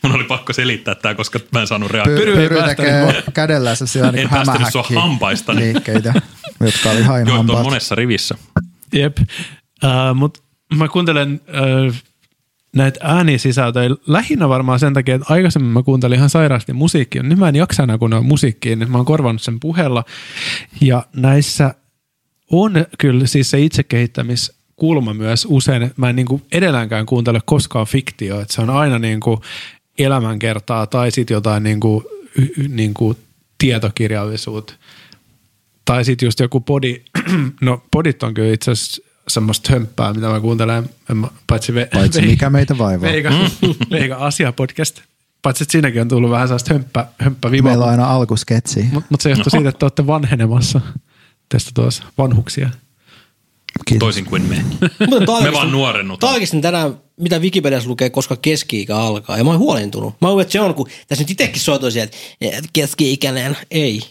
Mun oli pakko selittää tämä, koska mä en saanut reagoida.
Py-
Pyry ei
pyry tekee kädellä sellaisia niin
En päästänyt sua hampaistani.
liikkeitä, jotka oli hain
Joit on
hampaat.
monessa rivissä.
Äh, Jep, uh, mutta mä kuuntelen uh, näitä äänisisältöjä lähinnä varmaan sen takia, että aikaisemmin mä kuuntelin ihan sairaasti musiikkia. Nyt mä en jaksa enää kuunnella musiikkia, niin mä oon korvannut sen puheella. Ja näissä on kyllä siis se itsekehittämiskulma myös usein. Mä en niin kuin edelläänkään kuuntele koskaan fiktioa, että se on aina niin kuin elämänkertaa tai sitten jotain niin kuin, niin kuin tietokirjallisuutta. Tai sitten just joku podi, no podit on kyllä itse asiassa semmoista hömppää, mitä mä kuuntelen, en mä- paitsi, ve,
Paitsi Mm. mikä meitä vaivaa.
Veiga, Veiga Asia podcast. Paitsi, että siinäkin on tullut vähän sellaista hömppä, hömppävivaa.
Meillä on No. aina alkusketsi.
Mutta mut se johtuu siitä, että te olette vanhenemassa. Teistä tuossa vanhuksia.
Kiitos.
Toisin kuin me.
Mutta
Me vaan nuorennutaan.
Tarkistin tänään, mitä Wikipediassa lukee, koska keski-ikä alkaa. Ja mä oon huolentunut. Mä luulen, että se on, kun tässä nyt itsekin soitoi sieltä, että keski-ikäinen ei.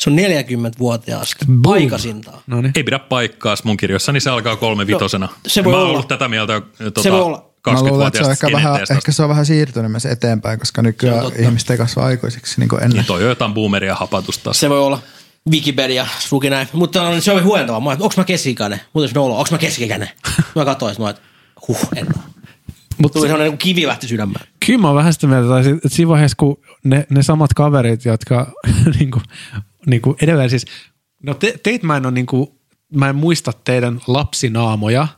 Se on 40-vuotiaasta. Aikaisintaan.
No niin.
Ei pidä paikkaa mun kirjoissani, se alkaa kolme vitosena.
No, se voi
Mä oon
olla.
ollut tätä mieltä jo, ö, tota,
voi olla.
Mä luulen, että se on
20-vuotiaasta
ehkä, vähän,
skeneteestä.
ehkä se on vähän siirtynyt myös eteenpäin, koska
Se
nykyään
on totta.
ihmiset ei kasva aikuisiksi niin kuin ennen.
Niin toi on jotain boomeria hapatusta. Se,
Se voi olla. Wikipedia luki näin. Mutta no, se oli huentava. Mä oon, että onks mä keski-ikäinen? Muuten se olla, onks mä keski-ikäinen? Mä katsoin, että mä oon, että huh, en oo.
Mut
Tuli sellainen niin kivi lähti sydämään.
kyllä mä oon vähän sitä mieltä, tai si- että siinä vaiheessa, kun ne, ne samat kaverit, jotka niinku, niinku edelleen siis, no te, teit mä en, ole niinku, mä en muista teidän lapsinaamoja,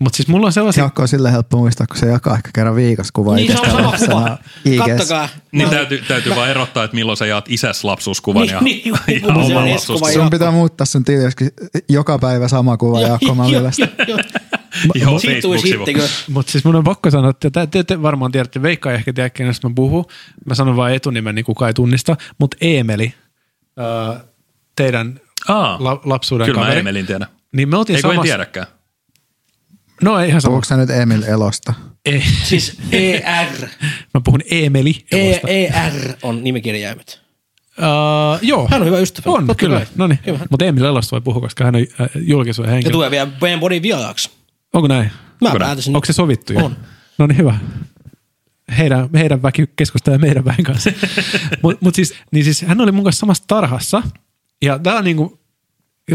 mutta siis mulla on sellaisia,
Jaakko on sille helppo muistaa, kun se jakaa ehkä kerran viikossa kuvaa
Niin se on sama kuva. Kattokaa.
Kattokaa.
niin
Mä-
täytyy, täytyy vaan erottaa, että milloin sä jaat isäslapsuuskuvan
Niin,
ja,
niin,
ja,
niin, kun
ja
se on
oman
eskuva
lapsuuskuvan.
ja-
Sun pitää muuttaa sun tili, joskin joka päivä sama kuva Jaakko Mallilasta.
Joo,
Siitä tuli
Facebook-sivu.
sitten, kun
mutta siis mun on pakko sanoa, että te, te, te varmaan tiedätte, Veikka ei ehkä tiedä, kenestä mä puhun, mä sanon vain etunimen, niin kukaan ei tunnista, mutta Eemeli, ää, teidän
Aa,
la, lapsuuden
kyllä mä
kaveri.
Emelin tiedän.
Niin me oltiin
Ei kun en
samassa.
tiedäkään.
No ei ihan sama.
Puhuuko sä nyt Emil Elosta?
Ei.
Siis ER.
Mä puhun Eemeli. Elosta.
E- ER on nimikirjaimet.
Uh, joo.
Hän on hyvä ystävä.
On,
Totta
kyllä.
kai.
No niin.
Kyllä.
Mutta Emil Elosta voi puhua, koska hän on äh, julkisuuden
Ja
henkilö.
tulee vielä meidän bodin vieraaksi.
Onko näin?
Mä päätäsin.
Onko se sovittu jo?
On.
No niin, hyvä. Heidän, heidän väki keskustelee meidän väen kanssa. Mutta mut siis, niin siis, hän oli mun kanssa samassa tarhassa. Ja tää on niinku,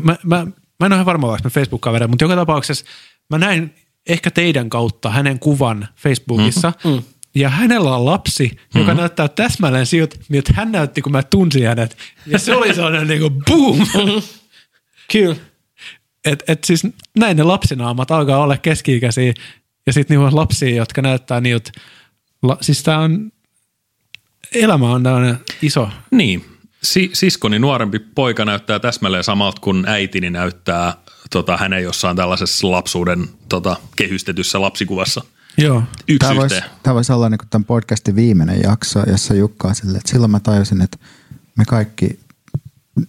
mä, mä, mä en ole ihan varma, vaikka me Facebook-kavereita, mutta joka tapauksessa mä näin ehkä teidän kautta hänen kuvan Facebookissa.
Mm-hmm.
Mm. Ja hänellä on lapsi, joka näyttää täsmälleen siltä, miltä hän näytti, kun mä tunsin hänet. Ja se oli sellainen niinku boom!
Kyllä.
Et, et siis näin ne lapsinaamat alkaa olla keski-ikäisiä ja sitten niillä on lapsia, jotka näyttää niiltä. La, siis tää on, elämä on tämmöinen iso.
Niin. Si- siskoni nuorempi poika näyttää täsmälleen samalta kuin äitini näyttää tota, hänen jossain tällaisessa lapsuuden tota, kehystetyssä lapsikuvassa.
Joo.
Yksi
Tämä
Tämä
voisi
yhteen. Vois...
vois olla niin tämän podcastin viimeinen jakso, jossa Jukka on silleen, että silloin mä tajusin, että me kaikki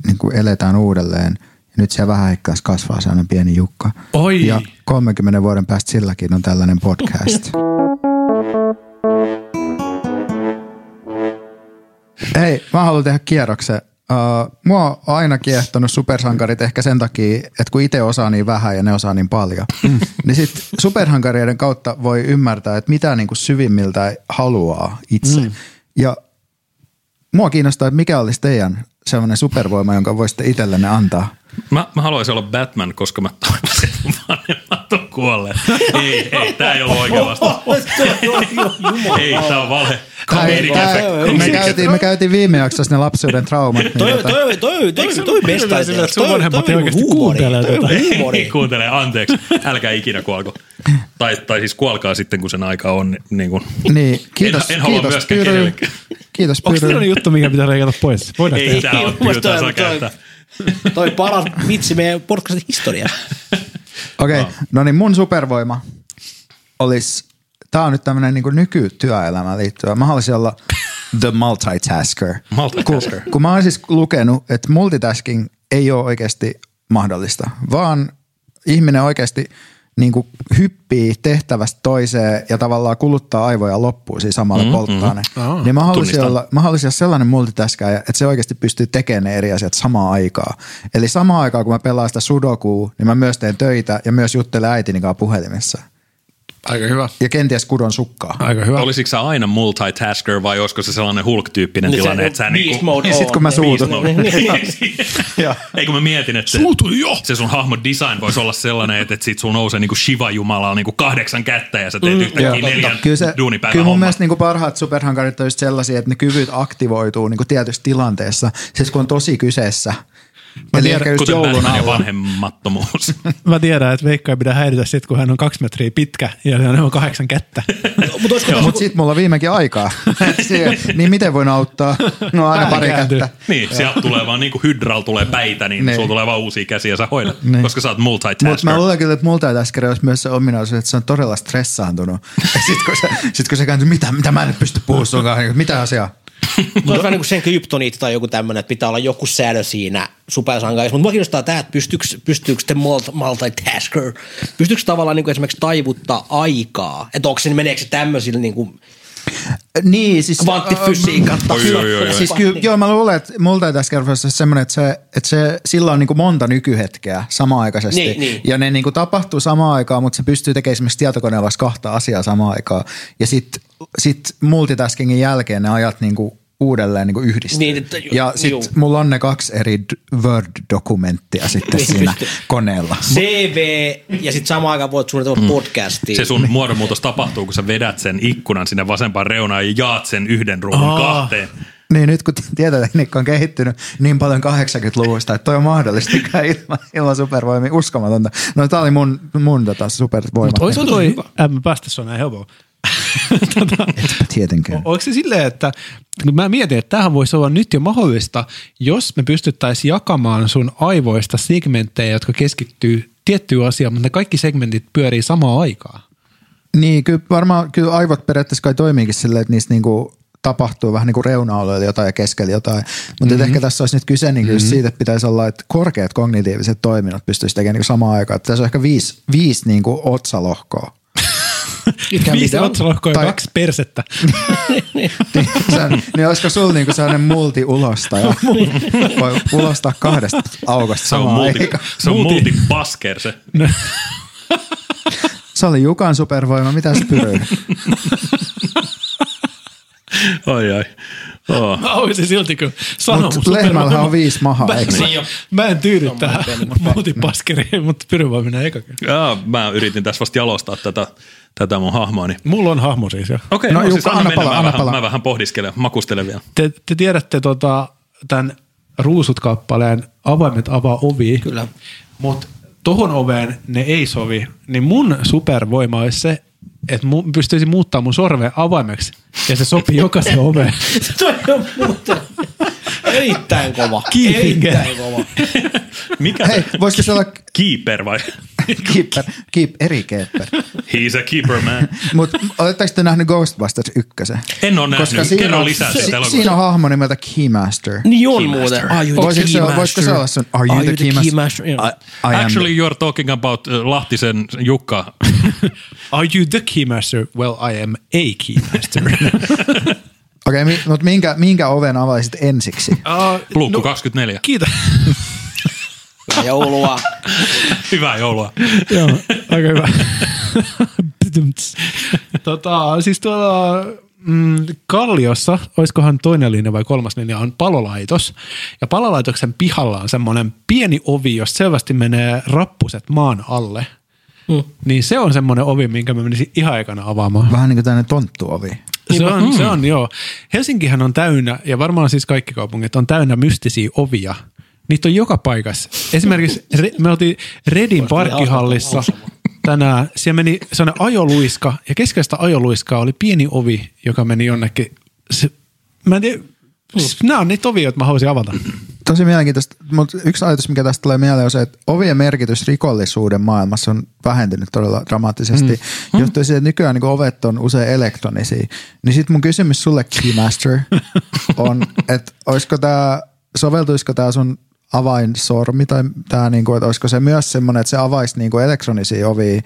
niin kuin eletään uudelleen. Ja nyt siellä vähän heikkäässä kasvaa sellainen pieni Jukka.
Oi.
Ja 30 vuoden päästä silläkin on tällainen podcast. Hei, mä haluan tehdä kierroksen. Uh, mua on aina kiehtonut supersankarit ehkä sen takia, että kun itse osaa niin vähän ja ne osaa niin paljon, niin sit supersankarien kautta voi ymmärtää, että mitä niinku syvimmiltä haluaa itse. Mm. Ja mua kiinnostaa, että mikä olisi teidän sellainen supervoima, jonka voisitte itsellenne antaa.
Mä, mä haluaisin olla Batman, koska mä tajusin, että mun vanhemmat on kuolleet. ei, ei, tää ei ollut oikea vastaus. ei, tää on valhe. Kamerikä-
Tää-
ei, ei,
me,
kamerikä-
käytiin, me käytiin viime jaksossa ne lapsuuden traumat. Niin
Toi, toi,
tota,
toi, toi, toi, toi besta.
sillä, että sun vanhemmat ei oikeasti kuuntele
Toi on
tätä?
Ei
huumori.
kuuntele, anteeksi. Älkää ikinä kuolko. Tai, tai siis kuolkaa sitten, kun sen aika on. ni- Niin kuin.
Niin, kiitos,
En- en halua
kiitos
myöskään
Pyry.
kenellekään.
Kiitos
Onko
Pyry.
sellainen juttu, mikä pitää leikata pois? Voidaan
Ei
tehdä.
tää ole
Mun mielestä
kyllä tää
toi-
saa
toi-
käyttää.
Toi paras vitsi meidän podcastin historia.
Okei, okay. no niin mun supervoima olisi, tää on nyt tämmönen niin nykytyöelämään liittyvä. Mä haluaisin olla the multitasker.
Multitasker.
Kun mä oon siis lukenut, että multitasking ei ole oikeasti mahdollista, vaan ihminen oikeasti niin kuin hyppii tehtävästä toiseen ja tavallaan kuluttaa aivoja loppuun siinä samalla mm, polttaa ne. Mm. Niin mä haluaisin,
tunnistan.
olla, mä haluaisin olla sellainen multitaskäjä, että se oikeasti pystyy tekemään ne eri asiat samaan aikaan. Eli samaan aikaan, kun mä pelaan sitä sudokuu, niin mä myös teen töitä ja myös juttelen äitini kanssa puhelimessa.
Aika hyvä.
ja kenties kudon sukkaa.
Aika hyvä.
Olisitko sä aina multitasker vai olisiko se sellainen Hulk-tyyppinen tilanne, että sä
niinku...
niinku...
mode
Niin sit
on. Niin,
kun mä suutun. niin. Joo.
Ei kun mä mietin, että se,
jo!
se sun hahmo design voisi olla sellainen, että, että sit sun nousee niinku Shiva-jumala on niinku kahdeksan kättä ja sä teet mm, yhtäkkiä
Joo.
neljän
Kyllä, se,
duunipäivän
kyllä mun
homman.
mielestä niin parhaat superhankarit on just sellaisia, että ne kyvyt aktivoituu niin tietyssä tilanteessa, siis kun on tosi kyseessä. Eli
tiedän,
ehkä just
Kuten
joulun
Batman ja
alla.
vanhemmattomuus.
Mä tiedän, että Veikka ei pidä häiritä sit, kun hän on kaksi metriä pitkä ja hän on kahdeksan kättä.
Mutta olisiko tossa,
Mutta sit mulla on viimekin aikaa. Siihen, niin miten voin auttaa? No aina
Pää
pari
kääntyy.
kättä.
niin, sieltä tulee vaan niin kuin hydral tulee päitä, niin,
Niin.
sulla tulee vaan uusia käsiä, sä hoidat,
Niin.
koska sä oot
Mutta
multitasker.
mä luulen kyllä, että multitasker olisi myös se ominaisuus, että se on todella stressaantunut. Sitten kun se, sit kun se kääntyy, mitä, mitä mä en nyt pysty puhumaan sun kanssa, niin mitä asiaa?
Mutta on vähän niin kuin sen kryptoniitti tai joku tämmöinen, että pitää olla joku säädö siinä supersankaissa. Mutta mua kiinnostaa tämä, että pystyykö, pystyykö te multi- multitasker, pystyykö tavallaan niin kuin esimerkiksi taivuttaa aikaa? Että onko se, niin meneekö se tämmöisillä niin kuin
Niin, siis...
kvanttifysiikan
Oi, oi, oi, oi.
Siis kyllä, joo, mä luulen, että multitasker on semmoinen, että, se, että se, sillä on niin kuin monta nykyhetkeä samaaikaisesti.
Niin, niin.
Ja ne niin kuin tapahtuu samaan aikaan, mutta se pystyy tekemään esimerkiksi tietokoneella vasta kahta asiaa samaan aikaan. Ja sitten sit multitaskingin jälkeen ne ajat niin kuin uudelleen niin kuin yhdistyy.
Niin, että-
ja
juu.
sitten mulla on ne kaksi eri d- Word-dokumenttia sitten
Niin,
siinä
pystyy.
koneella.
CV ja sitten samaan aikaan voit suunnitella mm. podcastia.
Se
Niin.
sun muodonmuutos tapahtuu, kun sä vedät sen ikkunan sinne vasempaan reunaan ja jaat sen yhden ruudun
Aa.
kahteen.
Niin nyt kun tietotekniikka on kehittynyt niin paljon 80-luvusta, että toi on mahdollista kyllä ilman, ilman supervoimia, uskomatonta. No tää oli mun, mun tota supervoima.
Mutta olisiko toi, äh, mä päästä se on näin helpoa.
Tietenkään.
Oliko se silleen, että kun mä mietin, että tämähän voisi olla nyt jo mahdollista, jos me pystyttäisiin jakamaan sun aivoista segmenttejä, jotka keskittyy tiettyyn asiaan, mutta ne kaikki segmentit pyörii samaan aikaan.
Niin, kyllä varmaan kyllä aivot periaatteessa kai toimiikin silleen, että niistä niinku tapahtuu vähän niinku reuna-alueilla jotain ja keskellä jotain. Mutta mm-hmm. ehkä tässä olisi nyt kyse niinku mm-hmm. siitä, että pitäisi olla, että korkeat kognitiiviset toiminnot pystyisi tekemään niinku samaan aikaan. Että tässä on ehkä viisi, viisi niinku otsalohkoa.
Viisi
mitä on?
otsalohkoa ja
Tai-
kaksi persettä.
Niin, se on- niin olisiko sulla niinku sellainen multi ulosta ja voi ulostaa kahdesta aukosta
Se on,
samaan
multi,
aikaan.
se on multibasker se.
Se oli Jukan supervoima, mitä se pyryy?
Ai ai. Oh.
Mä olisin silti kyllä sanonut.
Mutta lehmällähän on viisi mahaa, eikö?
Mä, mä en tyydy tähän multipaskeriin, mutta pyrin vaan mennä eka kerran.
Jaa, mä yritin tässä vasta jalostaa tätä, tätä mun hahmoani.
Mulla on hahmo siis jo.
Okei,
No
no, no
Jukka,
siis anna
anna
mennä,
palaa,
mä,
anna
vähän,
palaa.
mä vähän pohdiskelen, makustelen vielä.
Te, te tiedätte tota, tämän Ruusut-kappaleen Avaimet avaa ovi.
Kyllä.
Mutta tohon oveen ne ei sovi. Niin mun supervoima olisi se, että mu, pystyisin muuttaa mun sorven avaimeksi. Ja se sopii jokaisen oveen.
Toi on muuten erittäin kova.
Kiifinger.
Erittäin kova.
Mikä
Hei,
se?
voisiko se olla
Keeper vai?
keeper, keep, eri keeper?
He's a keeper man.
Mutta oletteko te nähnyt Ghostbusters 1?
En ole nähnyt. Kerro
on-
lisää siitä
si,
elokuvasta.
Siinä on hahmo nimeltä Keymaster.
Niin on muuten. Are you the
Voisiko se, voisiko se olla sun, are you, the, keymaster?
Joo.
I am
Actually you are talking about uh, Lahtisen Jukka.
Are you the keymaster? Well, I am a keymaster.
Okei, okay, mutta minkä, minkä oven avaisit ensiksi?
Ah.
uh,
Pluukku
No.
24.
Kiitos.
Joulua.
Hyvää joulua.
Joo, aika hyvä. Ptymts. tota, siis tuolla mm, Kalliossa, olisikohan toinen linja vai kolmas linja, on palolaitos. Ja palolaitoksen pihalla on semmoinen pieni ovi, jos selvästi menee rappuset maan alle. Mm. Niin se on semmoinen ovi, minkä mä menisin ihan aikana avaamaan.
Vähän niin kuin tämmöinen tonttuovi.
Se on, se on, joo. Helsinkihän on täynnä, ja varmaan siis kaikki kaupungit on täynnä mystisiä ovia. Niitä on joka paikassa. Esimerkiksi re, me oltiin Redin parkkihallissa tänään. Siellä meni sellainen ajoluiska, ja keskeistä ajoluiskaa oli pieni ovi, joka meni jonnekin. Se, mä en tiedä, siis nämä on niitä ovia, joita mä haluaisin avata.
Tosi mielenkiintoista, mutta yksi ajatus, mikä tästä tulee mieleen, on se, että ovien merkitys rikollisuuden maailmassa on vähentynyt todella dramaattisesti. Mm. Johtuen siitä, että nykyään niin ovet on usein elektronisia. Niin sitten mun kysymys sulle, Keymaster, on, että olisiko tämä, soveltuisiko tämä sun niin avainsormi, tai tää, niinku, että olisiko se myös semmoinen, että se avaisi niinku niin elektronisia ovia,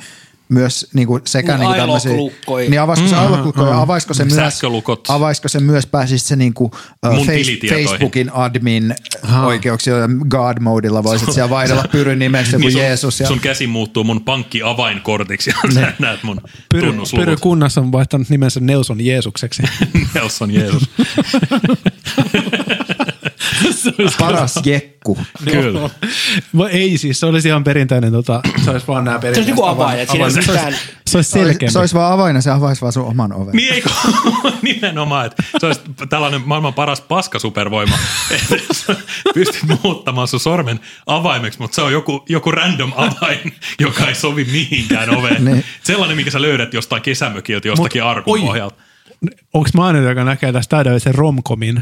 myös niinku sekä
Niin,
niinku tämmöisiä.
ailoklukkoi.
Niin avaisiko se ailoklukkoi, avaisiko se myös,
Sähkölukot.
avaisiko se myös pääsis se niinku ö,
Mun
face,
tilitietoihin.
Facebookin admin oikeuksia God modella voisit siellä vaihdella pyrynimeksi joku
sun,
Jeesus. Ja,
sun käsi muuttuu mun pankkiavainkortiksi ja sä näet mun
Pyry, Pyry
tunnusluvut.
kunnassa on vaihtanut nimensä Nelson Jeesukseksi.
Nelson Jeesus.
paras jekku.
Kyllä.
Voi ei siis, se olisi ihan perinteinen, tota, se olisi vaan nämä perinteiset.
niinku avain, et siinä ei
avaimet.
mitään-
Se olisi- Se olisi selkeämpi.
Se olisi vaan avaina, se avaisi vaan sun oman oven.
Niin eikö nimenomaan, että se olisi tällainen maailman paras paskasupervoima, että sä pystyt muuttamaan sun sormen avaimeksi, mutta se on joku, joku random avain, joka ei sovi mihinkään oveen.
Niin.
Sellainen, minkä sä löydät jostain kesämökiltä, jostakin
Mut-
arkun
oi.
pohjalta.
Onko mä ainut, joka näkee tästä täydellisen romkomin?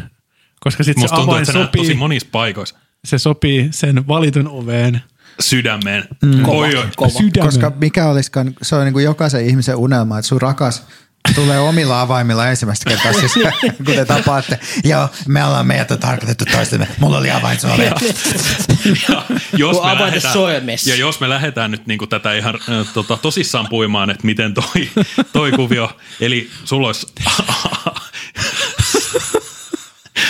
Koska sitten se
Musta tuntuu,
avain
että sä näet
sopii,
tosi monissa paikoissa
se sopii sen valitun oveen
sydämeen. Mm. Oi, oi.
Kova.
sydämen.
Koska mikä olisikaan, se on niin kuin jokaisen ihmisen unelma, että sun rakas tulee omilla avaimilla ensimmäistä kertaa sisään, kun te tapaatte. Joo, me ollaan meidät on tarkoitettu toistemme. Mulla oli avain sun oveen.
Ja jos,
Kun
me
avainta
lähdetään,
soimessa.
ja jos me lähdetään nyt niin tätä ihan äh, tota, tosissaan puimaan, että miten toi, toi kuvio, eli sulla olisi,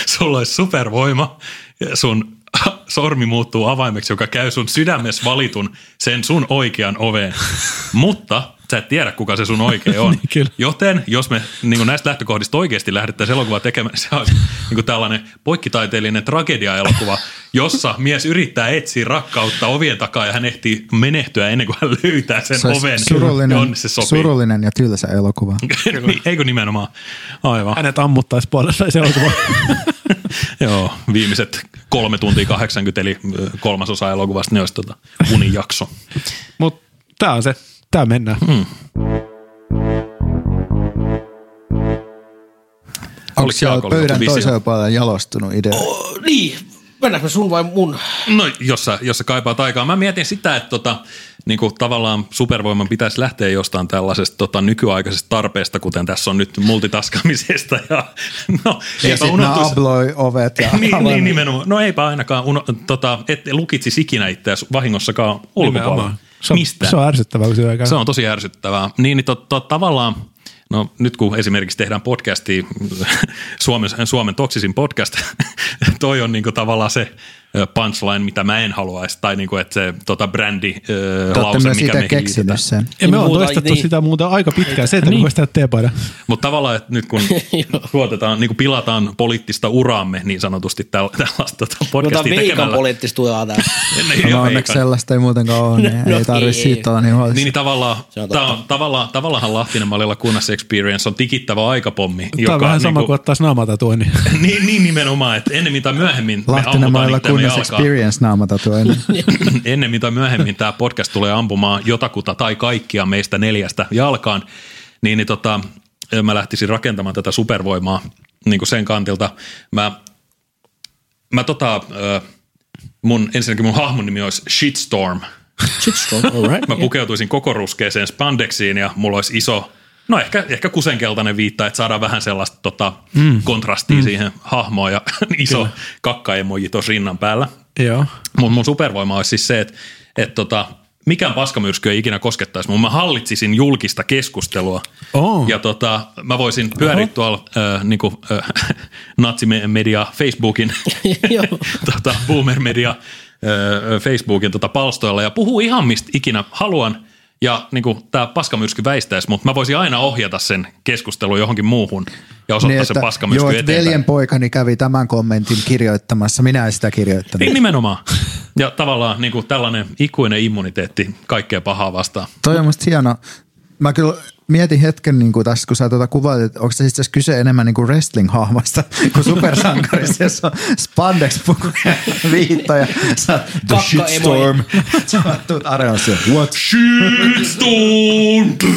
sulla olisi supervoima, ja sun sormi muuttuu avaimeksi, joka käy sun sydämessä valitun sen sun oikean oveen, mutta sä et tiedä, kuka se sun oikein on.
Niin, kyllä.
Joten jos me niin kuin näistä lähtökohdista oikeasti lähdettäisiin elokuvaa tekemään, niin se olisi niin kuin tällainen poikkitaiteellinen tragedia-elokuva, jossa mies yrittää etsiä rakkautta ovien takaa ja hän ehtii menehtyä ennen kuin hän löytää sen
Se
se
olisi
oven,
surullinen,
jonne se sopii.
surullinen ja tylsä elokuva.
niin, eikö nimenomaan? Aivan.
Hänet ammuttaisi puolesta se elokuva.
Joo, viimeiset kolme tuntia 80, eli ö, kolmasosa elokuvasta, ne olisi tota unijakso.
Mutta tämä on se. Tämä mennään. Mm.
Onko
Oliko
siellä
Jaakolla
pöydän
joku visio?
toisella puolella jalostunut idea?
Niin, mennäänkö me sun vai mun?
No, jos sä, jos sä kaipaat aikaa. Mä mietin sitä, että tota, niin kuin tavallaan supervoiman pitäisi lähteä jostain tällaisesta tota, nykyaikaisesta tarpeesta, kuten tässä on nyt multitaskamisesta. Ja, no,
Ja sitten
eipä
nämä
unohtuisi-
abloi ovet. Ja
niin, niin, nimenomaan. No eipä ainakaan, uno, tota, et lukitsisi ikinä itseäsi vahingossakaan ulkopuolella.
Nimenomaan. Se on,
Mistä?
se on ärsyttävää, kun se
Se on tosi ärsyttävää. Niin, niin to, to, tavallaan, no nyt kun esimerkiksi tehdään podcastia, Suomen, Suomen toksisin podcast, toi on niinku tavallaan se ö, punchline, mitä mä en haluaisi, tai niinku, että se tota brändi ö,
Te olette
lause,
myös
mikä
itse
me
keksinyt sen.
Ja me
Niin,
ollaan
muuta-
toistettu
niin.
niin. sitä muuta aika pitkään, se, että niin. voisi tehdä teepaida.
Mutta tavallaan, että nyt kun tuotetaan, niin kuin pilataan poliittista uraamme niin sanotusti tällä- tällaista tota
Jota
podcastia
veikan
tekemällä.
poliittista tuella täällä.
Niin,
No
ja
onneksi
veikan.
sellaista ei muutenkaan ole, niin
No
ei tarvitse
ei.
siitä olla niin
Niin,
huolissaan.
niin tavallaan,
on totta.
tää on, tavallaan, tavallaan Lahtinen mallilla kunnassa experience on tikittävä aikapommi.
Tämä on vähän sama
niinku-
kuin ottaisi naamatatuoin. Niin.
niin, niin nimenomaan, että ennemmin tai myöhemmin me
Lahtinen
ammutaan
mailla
itseämme
kunnas
jalkaan.
experience naamatatuoinen.
Ennemmin tai myöhemmin tämä podcast tulee ampumaan jotakuta tai kaikkia meistä neljästä jalkaan. Niin, niin tota, mä lähtisin rakentamaan tätä supervoimaa niin kuin sen kantilta. Mä, mä tota, ö, mun, ensinnäkin mun hahmon nimi olisi Shitstorm.
All right.
Mä pukeutuisin koko ruskeeseen spandexiin ja mulla olisi iso, no ehkä, ehkä kusenkeltainen viitta, että saadaan vähän sellaista tota, mm. kontrastia mm. siihen hahmoon ja iso kakkaemoji tuossa rinnan päällä.
Joo.
Mun, mun supervoima olisi siis se, että et tota, mikään paskamyrsky ei ikinä koskettaisi mun. Mä hallitsisin julkista keskustelua.
Oh.
Ja tota, mä voisin pyöriä tuolla äh, niinku, äh, natsimedia Facebookin,
Joo.
tota, boomer media äh, Facebookin tota, palstoilla ja puhuu ihan mistä ikinä haluan. Ja niinku, tämä paskamyrsky väistäisi, mutta mä voisin aina ohjata sen keskustelun johonkin muuhun ja osoittaa niin, sen paskamyrsky
joo,
joo,
että
eteenpäin.
veljen poikani kävi tämän kommentin kirjoittamassa, minä en sitä kirjoittanut.
Niin nimenomaan. Ja tavallaan niin kuin tällainen ikuinen immuniteetti kaikkea pahaa vastaan.
Toi on musta hieno. Mä kyllä mietin hetken niin kuin tässä, kun sä tuota kuvailit, että onko se itse asiassa kyse enemmän niin kuin wrestling-hahmosta kuin supersankarista, jossa on spandex puku ja viitto ja sä oot the
Kakka
shitstorm. Sä vaan tuut arenalle siihen, what?
Shitstorm!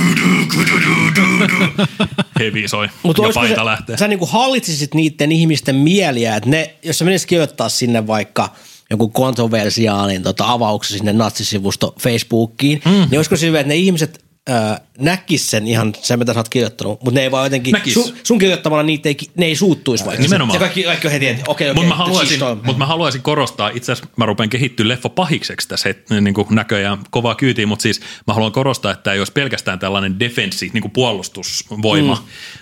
Hevi soi
Mut
ja
olisiko
paita
se-
lähtee.
Sä niinku hallitsisit niiden ihmisten mieliä, että ne, jos sä menisit kirjoittaa sinne vaikka jonkun kontroversiaalin tota, avauksen sinne natsisivusto Facebookiin, mm. niin olisiko se hyvä, että ne ihmiset äh, näkis sen ihan sen, mitä sä oot kirjoittanut, mutta ne ei vaan jotenkin,
Näkis.
sun, sun kirjoittamalla niitä ei, ki- ne ei suuttuisi vaikka.
Nimenomaan.
Se kaikki, kaikki on heti, että okei, okei.
Mutta mä,
että
haluaisin,
siis toi-
mut mä haluaisin korostaa, itse asiassa mä rupean kehittyä leffa pahikseksi tässä het, niin kuin näköjään kovaa kyytiä, mutta siis mä haluan korostaa, että tämä ei olisi pelkästään tällainen defenssi, niin kuin puolustusvoima, mm.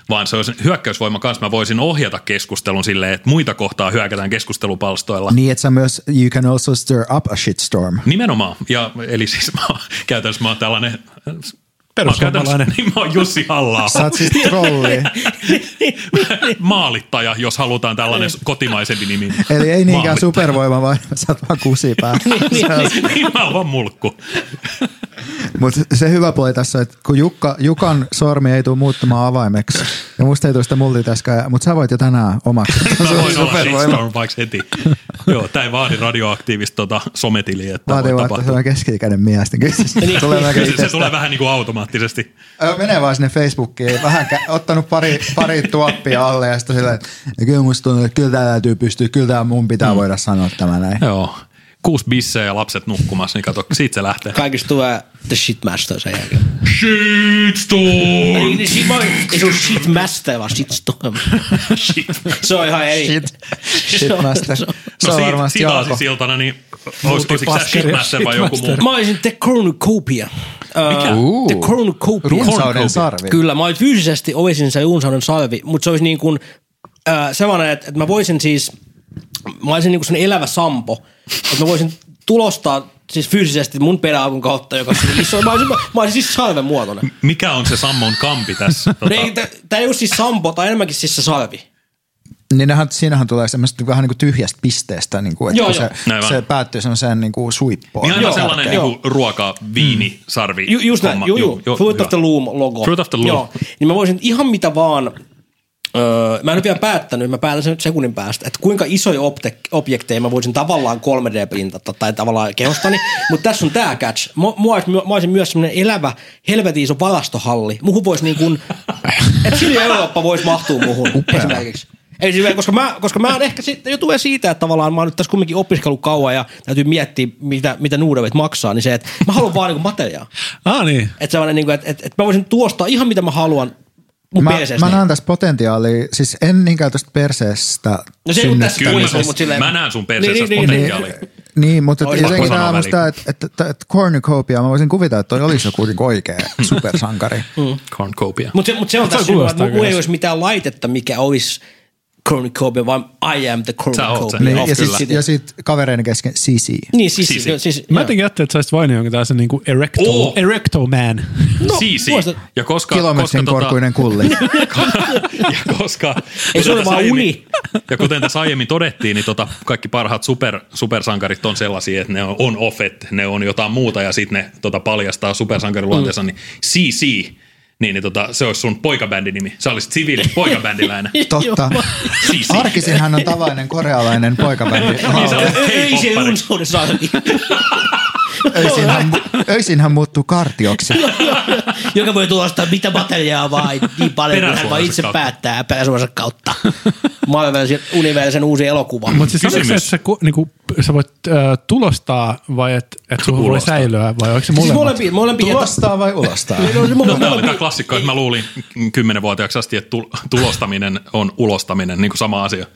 vaan se olisi hyökkäysvoima kanssa. Mä voisin ohjata keskustelun silleen, että muita kohtaa hyökätään keskustelupalstoilla.
Niin, että sä myös, you can also stir up a shitstorm.
Nimenomaan. Ja, eli siis mä, oon- käytännössä mä oon tällainen...
Perussuomalainen.
Mä oon, käytännössä- niin, mä oon Jussi halla
Sä oot siis trolli. Niin.
Maalittaja, jos halutaan tällainen kotimaisempi nimi.
Eli ei niinkään
Maalittaja.
supervoima, vaan sä oot vaan kusipää.
Niin, mä oon vaan
No
mulkku.
Mutta se hyvä puoli tässä on, että kun Jukka, Jukan sormi ei tule muuttumaan avaimeksi, ja musta ei tule sitä multitaskaa, mutta sä voit jo tänään omaksi.
Mä
Se on
voin olla
supervoima.
shitstorm vaikka heti. Joo, tää ei vaadi radioaktiivista tota, sometiliä, että
Vaatii
voi
vaan, että se
tapahtua.
on keski-ikäinen mies, niin kyllä se tulee vähän
Se, se
itsestä.
tulee vähän niin kuin automaattisesti.
Ö, Menee vaan sinne Facebookiin, vähän kä- ottanut pari, pari tuoppia alle ja sitten silleen, että ja kyllä musta tuntuu, että kyllä tää täytyy pystyä, kyllä tää mun pitää mm. voida sanoa tämä näin.
Joo. Kuusi bissejä ja lapset nukkumassa, niin kato, siitä se lähtee.
Kaikista tulee The Shitmaster sen jälkeen.
Niin,
Shitstorm!
Ei se ole Shitmaster, vaan Shitstorm. Se on ihan eri.
Shit, shitmaster.
Se on-
No
Se on varmasti Jaako.
siltana, niin olis- olisiko sä
Multipaskeri ja
shitmaster vai joku muu?
shitmaster.
Mä olisin The Cornucopia. Mikä?
Uu.
The Cornucopia.
Runsauden sarvi.
Kyllä, mä olisin fyysisesti olisin se runsauden salvi, mutta se olisi niin kuin äh, sellainen, että, että mä voisin siis, mä olisin niin kuin sen elävä sampo, että mä voisin tulostaa siis fyysisesti mun peräaukon kautta, joka on iso. Mä olisin, mä, mä olisin siis salven muotoinen.
Mikä on se Sammon kampi tässä? Tota,
Tämä ei ole siis sampo, tämä on enemmänkin siis se salvi.
Niin nehän, siinähän tulee semmoista vähän niin kuin tyhjästä pisteestä, niin kuin, että
Joo,
kun
joo.
se,
Näin vaan.
se päättyy semmoiseen niin kuin suippoon.
niin aina
Joo.
sellainen
Joo. Mm.
niinku ruoka, viini, sarvi.
Ju, just näin,
homma.
juu, juu.
joo,
Fruit
hyvä.
of the Loom logo.
Fruit of the Loom.
Joo. Niin mä voisin ihan mitä vaan, öö, mä en ole vielä päättänyt, mä päätän sen nyt sekunnin päästä, että kuinka isoja opte, objekteja mä voisin tavallaan 3D-printata tai tavallaan kehostani, mutta tässä on tää catch. Mä, mä, olisin, mä olisin myös semmoinen elävä, helvetin iso valastohalli. Muhun voisi niin kuin, että Silja Eurooppa voisi mahtua muhun esimerkiksi. Ei siis, vielä, koska mä, koska mä en ehkä sitten jo tulee siitä, että tavallaan mä oon nyt tässä kumminkin opiskellut kauan ja täytyy miettiä, mitä, mitä nuudevet maksaa, niin se, että mä haluan vaan niin materiaa.
Ah niin,
Että sellainen, niin kuin, että, että, että mä voisin tuostaa ihan mitä mä haluan mun
Mä,
perseestä.
mä näen tässä potentiaalia, siis en niinkään tuosta perseestä niinku-
No se ei ole tässä
Kyllä,
kuitenkin,
siis
mutta silleen...
mä näen sun perseessä
Niin, niin, niin,
potentiaalia.
Niin, niin, mutta
Olisi
jotenkin
pakko
tämä
sanoa
on sitä,
väliin.
että, että, että, että cornucopia, mä voisin kuvitella, että toi olisi joku niinku oikea supersankari.
Mm.
Corncopia.
Mutta se, mut se on
Se
tässä hyvä,
kuulostaa
että mulla ei
kyllä.
olisi mitään laitetta, mikä olisi cornucopia, vaan I am the
oot se.
cornucopia.
niin,
Joo,
ja,
kyllä.
sit, ja sit kavereiden kesken CC.
Niin, siis,
Sisi.
siis, siis
Mä
joo.
jotenkin ajattelin, että sä olisit vain jonkin tällaisen niin kuin erecto,
Oo.
oh. erecto man.
no,
Siisi.
muista-
Ja koska, koska,
Kilometrin
tota,
korkuinen kulli.
ja koska
Ei se ole
kuten
vaan
tässä
uni.
aiemmin- Ja kuten tässä aiemmin todettiin, niin tota, kaikki parhaat super, supersankarit on sellaisia, että ne on, on offet, ne on jotain muuta ja sitten ne tota, paljastaa supersankariluonteensa, mm. niin CC, niin, niin tota, se olisi sun poikabändinimi. Sä olisit siviili poikabändiläinen.
Totta.
CC.
Arkisin hän on tavallinen korealainen poikabändi.
Niin sä olisit
Ei se
K-poppari.
runsauden saanti,
Öisin hän, öisin hän muuttuu kartioksi.
joka voi tulostaa mitä materiaa vaan niin paljon, kun hän vaan
Peräsuolensa
itse
kautta.
päättää peräsuolensa kautta. Maailman universen uusi elokuva.
Mutta siis oliko se,
Kysymys.
että sä, ku, niin kuin, sä voit äh, tulostaa vai että et sulla voi
Ulostaa.
säilyä vai oliko se
Siis
molemmat?
molempia, molempia.
Tulostaa vai ulostaa?
No tämä oli tämä klassikko, että mä luulin kymmenenvuotiaaksi asti, että tul- tulostaminen on ulostaminen, niin kuin sama asia.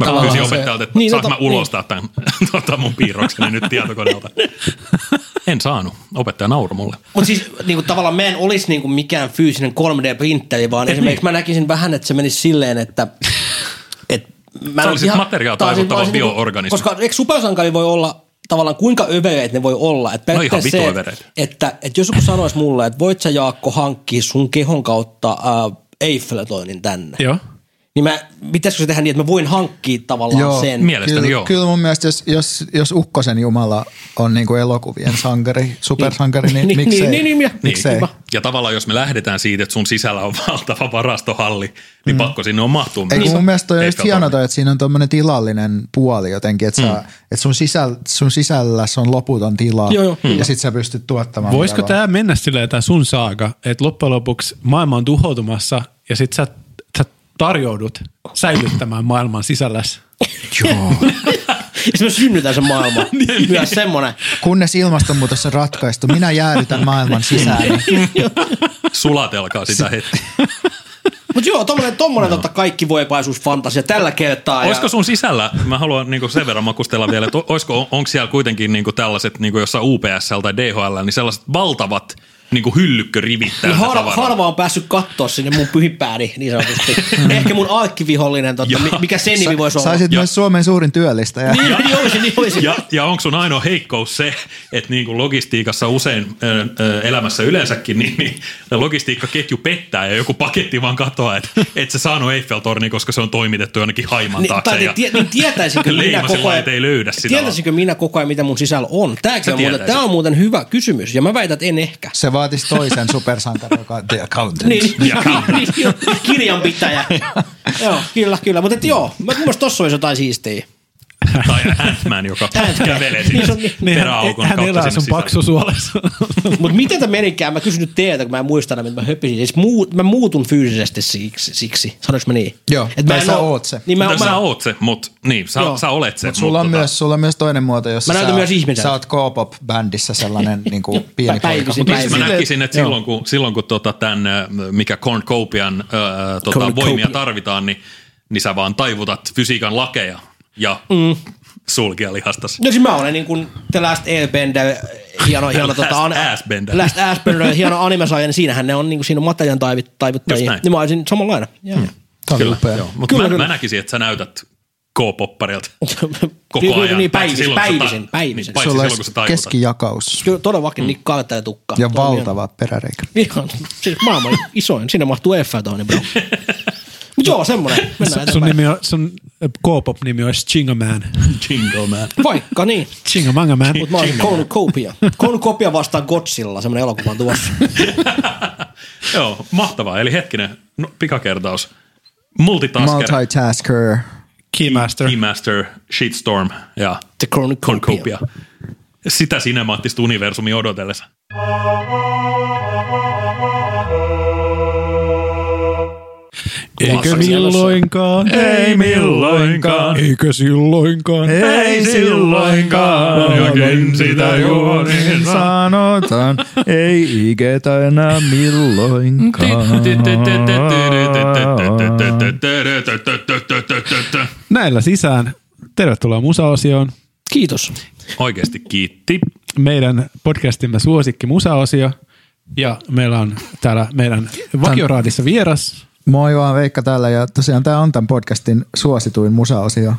Mä
Tavallaan
kysyin
se-
opettajalta, että
Niin,
niin,
no
saanko
to-
mä ulostaa tämän tota mun piirrokseni nyt tietokoneelta. En saanut. Opettaja nauru mulle.
Mutta siis niinku, tavallaan mä en olisi niinku, mikään fyysinen 3D-printeri, vaan esimerkiksi mä näkisin vähän, että se menisi silleen, että... Et,
Sä
mä en
olisit
ihan-
materiaa
tää on siis-
taivuttava
mä olisin niinku-
bioorganismi.
Koska eikö supersankari voi olla tavallaan kuinka övereet ne voi olla. Että
No ihan
periaatteessa
vitu
se,
övereitä.
Että, että jos joku sanoisi mulle, että voit sä Jaakko hankkia sun kehon kautta äh, Eiffeltoinin tänne.
Joo.
Niin mä, pitäisikö se tehdä niin, että mä voin hankkia tavallaan
Joo.
sen.
Mielestäni
kyllä,
joo.
Kyllä mun mielestä, jos, jos, jos Ukkosen Jumala on niinku elokuvien sankari, supersankari, niin,
Niin,
miksei?
niin, niin, niin, niin.
miksei?
Niin.
Ja tavallaan jos me lähdetään siitä, että sun sisällä on valtava varastohalli, niin mm. pakko sinne on mahtua.
Ei,
myös.
Niin.
kun mun mielestä toi on
Ei
just
sitä
hienoa,
tarvi.
toi, että siinä on tuommoinen tilallinen puoli jotenkin, että mm. et sun, sisällä, sun sisälläs on loputon tila
Joo, joo.
ja sit sä pystyt tuottamaan.
Voisiko
mitä vaan.
tämä mennä silleen, tämä sun saaga, että loppujen lopuksi maailma on tuhoutumassa ja sit sä, sä tarjoudut säilyttämään maailman sisälläs?
sitten mä synnytän sen maailman.
Niin,
Myös semmoinen.
Kunnes ilmastonmuutos on ratkaistu, minä jäädytän maailman sisään.
Sulatelkaa sitä hetki.
Mutta joo, tommonen, tommonen no. tota kaikki voipaisuusfantasia tällä kertaa.
Olisiko sun sisällä, mä haluan niinku sen verran makustella vielä, että olisiko, onko siellä kuitenkin niinku tällaiset niinku jossain UPSL tai DHL, niin sellaiset valtavat niinku hyllykkörivit
No
täynnä
har,
tavaraa.
harva on päässyt katsoa sinne mun pyhippääni, niin sanotusti. Ehkä mun arkkivihollinen, totta, mi- mikä sen nimi voisi olla.
Saisit
Ja-
myös Suomen suurin työllistäjä.
Niin, niin olisi, niin olisi.
Ja, ja onko sun ainoa heikkous se, että niin kuin logistiikassa usein ö, ö, elämässä yleensäkin, niin, niin logistiikkaketju pettää ja joku paketti vaan katoaa, että et sä saanut Eiffeltorni, koska se on toimitettu jonnekin haiman
Niin,
taakse.
tai
ja-
niin, tie, niin tietäisinkö minä
Leima
koko
sillä
ajan,
lailla, ei löydä sitä.
tietäisinkö minä koko ajan, mitä mun sisällä on? Tämäkin on muuten,
tietäisit.
tämä on muuten hyvä kysymys, ja mä väitän, että en ehkä.
Se vaatisi toisen supersankarin, joka on the accountant.
Niin,
Ja-
niin, kirjanpitäjä. joo, kyllä, kyllä. Mutta et joo, mä mun mielestä tossa olisi jotain siistiä.
Tai Ant-Man, joka
Ant-Man.
kävelee
Niin se on
sinne
niin-
Niin hän,
peräaukon
hän
kautta
elää
sinne
sun
sisälle.
paksusuolessa.
Mutta miten tämä menikään? Mä kysyn nyt teiltä, kun mä en muista enää, mitä mä höpisin. Siis muu, mä muutun fyysisesti siksi, siksi. sanoinko mä niin?
Joo,
Et mä
tai
en
sä
oo-
oot se.
Niin mä,
Mutta
mä,
No sä oot se, mutta niin, sä,
Joo.
sä olet se.
Mut sulla, on
mut
myös, sulla on myös toinen muoto, jossa
Mä näytän
sä,
myös ihmiseltä.
sä oot K-pop-bändissä sellainen niin kuin pieni poika.
päivisin,
Mut
Siis mä
päivisin.
näkisin, että silloin kun, silloin, kun tota tämän, ö, mikä Cornucopian öö, tota,
Cornucopia.
voimia tarvitaan, niin, niin sä vaan taivutat fysiikan lakeja ja mm. sulkia lihastas.
No siis mä olen niin kuin The Last Airbender, hieno, hieno
Last
tota, an-
Assbender.
Last Assbender, hieno animesarja, niin siinähän ne on niin kuin siinä on materiaan taivit,
Just
taivuttajia.
näin. Hmm.
Niin mä olisin samanlainen. Joo.
Tää oli
Kyllä,
upea.
joo. Mutta
Kyllä,
mä,
kyllä.
mä näkisin, että sä näytät K-popparilta koko
Niin,
ajan.
Niin,
paitsi
päivisin,
silloin, kun sä ta-
päivisin, päivisin.
Niin, paitsi Hmm.
Sulla
silloin, kun sä
olisi
taivutat.
keskijakaus
Kyllä todellakin mm. niin karttajatukka.
ja valtava peräreikä.
Ihan, siis maailman isoin. Siinä mahtuu F-tooni, bro. Mut joo, semmonen. Mennään
sun,
eteenpäin.
nimi on, sun äh, K-pop nimi on Chinga Man.
Jingle man.
Vaikka niin.
Chinga Manga Man.
Mutta mä olisin Cornucopia. Cornucopia vastaan Godzilla, semmoinen elokuva on tuossa.
Joo, mahtavaa. Eli hetkinen, no, pikakertaus. Multitasker,
Multitasker.
Keymaster.
Keymaster, Shitstorm ja
The Cornucopia.
Cornucopia. Sitä sinemaattista universumia odotellessa.
Eikö milloinkaan.
Ei milloinkaan.
Eikö silloinkaan.
Ei silloinkaan. Jokin sitä juoninsa.
Niin sanotaan, ei ikätä enää
Niin.
milloinkaan.
Näillä sisään. Tervetuloa musaosioon.
Kiitos.
Oikeasti kiitti.
Meidän podcastimme suosikki musaosio. Ja meillä on täällä meidän vakioraatissa vieras.
Moi vaan Veikka täällä ja tosiaan tämä on tämän podcastin suosituin musaosio.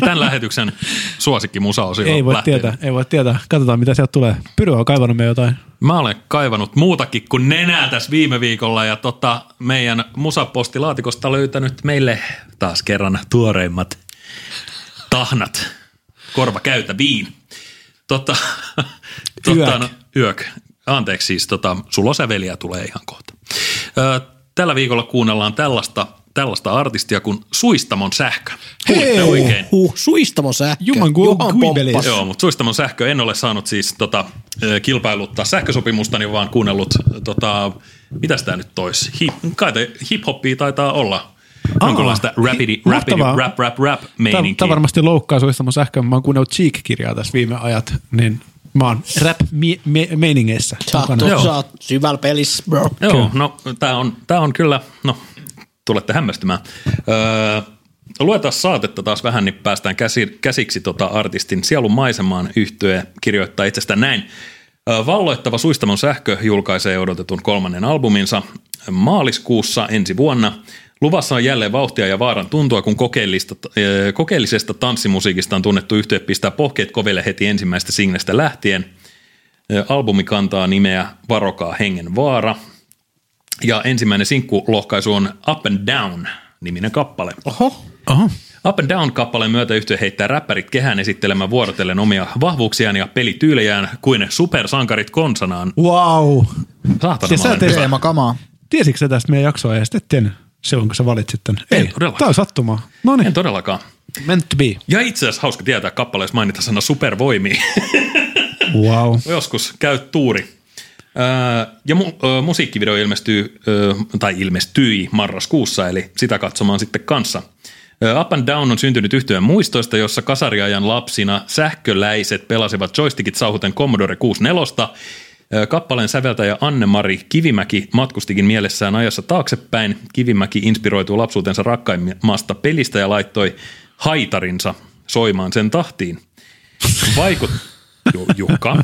Tämän lähetyksen suosikki musaosio
Ei voi
lähtee.
tietää, ei voi tietää. Katsotaan mitä sieltä tulee. Pyry on kaivannut me jotain.
Mä olen kaivannut muutakin kuin nenää tässä viime viikolla ja tota, meidän musapostilaatikosta löytänyt meille taas kerran tuoreimmat tahnat. Korva käytäviin. Tota,
Yök.
tota, no, yök. Anteeksi siis, tota, sulosäveliä tulee ihan kohta. Ö, tällä viikolla kuunnellaan tällaista, tällaista artistia kuin Suistamon sähkö. Kuulitte oikein.
Huh, suistamon Uhuh. sähkö.
Juman gu- guibelis.
pomppas.
Joo, mutta Suistamon sähkö en ole saanut siis tota, ö, kilpailuttaa sähkösopimusta, niin vaan kuunnellut, tota, mitäs tämä nyt toisi? Hip, kai te- hip-hoppia taitaa olla. Aa, jonkinlaista rapidi, rapidi,
mahtavaa.
rap, rap, rap
Tämä
meininkiä.
varmasti loukkaa suista mun sähköä. Mä oon kuunnellut Cheek-kirjaa tässä viime ajat, niin mä oon rap-meiningeissä.
Sä oot,
mukana.
Joo.
sä oot syvällä pelissä, bro.
Joo, no tämä on, tää on kyllä, no tulette hämmästymään. Öö, luetaan saatetta taas vähän, niin päästään käsi, käsiksi tota artistin sielun maisemaan yhtyä kirjoittaa itsestään näin. Öö, Valloittava Suistamon sähkö julkaisee odotetun kolmannen albuminsa maaliskuussa ensi vuonna. Luvassa on jälleen vauhtia ja vaaran tuntua, kun kokeellista, öö, kokeellisesta tanssimusiikistaan tunnettu yhtye pistää pohkeet koville heti ensimmäistä singlestä lähtien. Öö, Albumi kantaa nimeä Varokaa hengen vaara. Ja ensimmäinen sinkkulohkaisu on Up and Down niminen kappale.
Oho.
Oho.
Up and Down kappaleen myötä yhtiö heittää räppärit kehään esittelemään vuorotellen omia vahvuuksiaan ja pelityylejään kuin supersankarit konsanaan.
Wow.
Saatana,
Ja
mä
sä
olen
teet-
hyvä.
Teema kamaa.
Tiesitkö sä tästä meidän jaksoa ja sitten et tiennyt silloin, kun sä valitsit tämän?
En todellakaan.
Tää on sattumaa. No
En
niin,
todellakaan.
meant to be.
Ja itse asiassa hauska tietää kappaleessa mainita sana supervoimi.
Wow.
Joskus käy tuuri. Öö, Ja mu- öö, musiikkivideo ilmestyy, öö, tai ilmestyi marraskuussa, eli sitä katsomaan sitten kanssa. Ö, Up and Down on syntynyt yhtyeen muistoista, jossa kasariajan lapsina sähköläiset pelasivat joystickit sauhuten Commodore 64. Ö, Kappaleen säveltäjä Anne-Mari Kivimäki matkustikin mielessään ajassa taaksepäin. Kivimäki inspiroituu lapsuutensa rakkaimmasta pelistä ja laittoi haitarinsa soimaan sen tahtiin. Vaikut... Ju- Jukka.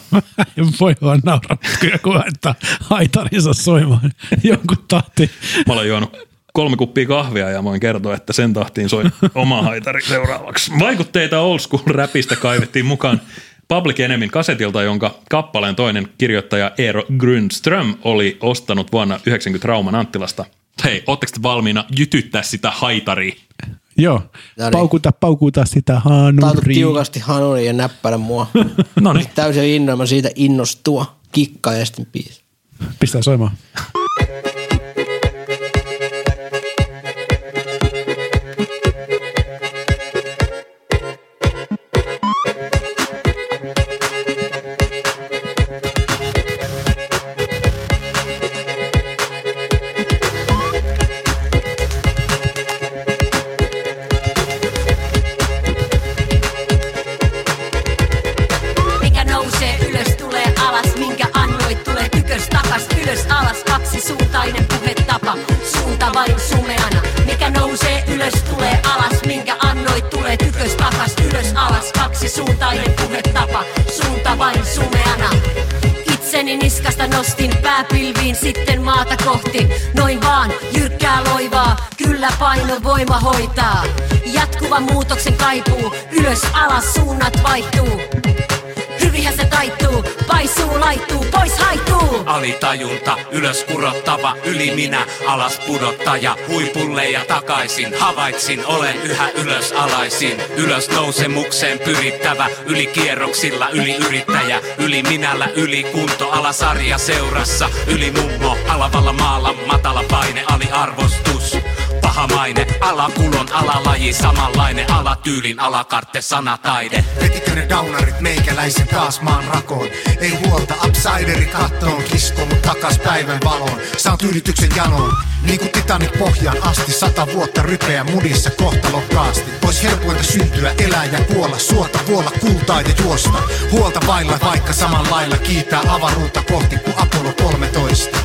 En voi vaan nauraa, kyllä kun laittaa haitarinsa soimaan jonkun tahti.
Mä olen juonut kolme kuppia kahvia ja voin kertoa, että sen tahtiin soi oma haitari seuraavaksi. Vaikutteita old school räpistä kaivettiin mukaan Public Enemyn kasetilta, jonka kappaleen toinen kirjoittaja Eero Grünström oli ostanut vuonna 90 Rauman Anttilasta. Hei, ootteko te valmiina jytyttää sitä haitaria?
Joo,
niin.
paukuta, paukuta sitä
Tautu
haanuriin.
tiukasti hanuri ja näppäile mua.
No niin.
Täysin innoin, mä siitä innostua. Kikka ja sitten biisi.
Pistää soimaan.
Mikä nousee ylös, tulee alas, minkä annoit, tulee tykös takas, ylös alas, kaksisuuntainen puhetapa, suunta vain sumeana. Mikä nousee ylös, tulee alas, minkä annoit, tulee tykös takas, ylös alas, kaksisuuntainen puhetapa, suunta vain sumeana. Itseni niskasta nostin pääpilviin, sitten maata kohti. Noin vaan, jyrkkää loivaa, kyllä paino voima hoitaa. Jatkuva muutoksen kaipuu, ylös alas suunnat vaihtuu. Hyvihän se taittuu, paisuu, laittuu, pois haittuu.
Alitajunta, ylös kurottava, yli minä, alas pudottaja, huipulle ja takaisin. Havaitsin, olen yhä ylös alaisin, ylös nousemukseen pyrittävä, yli kierroksilla, yli yrittäjä, yli minällä, yli kunto, alasarja seurassa, yli mummo, alavalla maalla, matala paine, aliarvostus. Paha maine, alakulon, alalaji, samanlainen, alatyylin, alakartte, sanataide.
Vetikö ne downarit meikäläisen taas maan rakoon? Ei huolta, upsideri kattoon kisko, mut takas päivän valoon. Saat yrityksen janoon, niinku Titanic pohjaan asti. Sata vuotta rypeä mudissa kohtalokkaasti. Pois helpointa syntyä, elää ja kuolla, suota, vuolla kultaa ja juosta. Huolta vailla, vaikka samalla lailla kiitää avaruutta kohti kuin Apollo 13.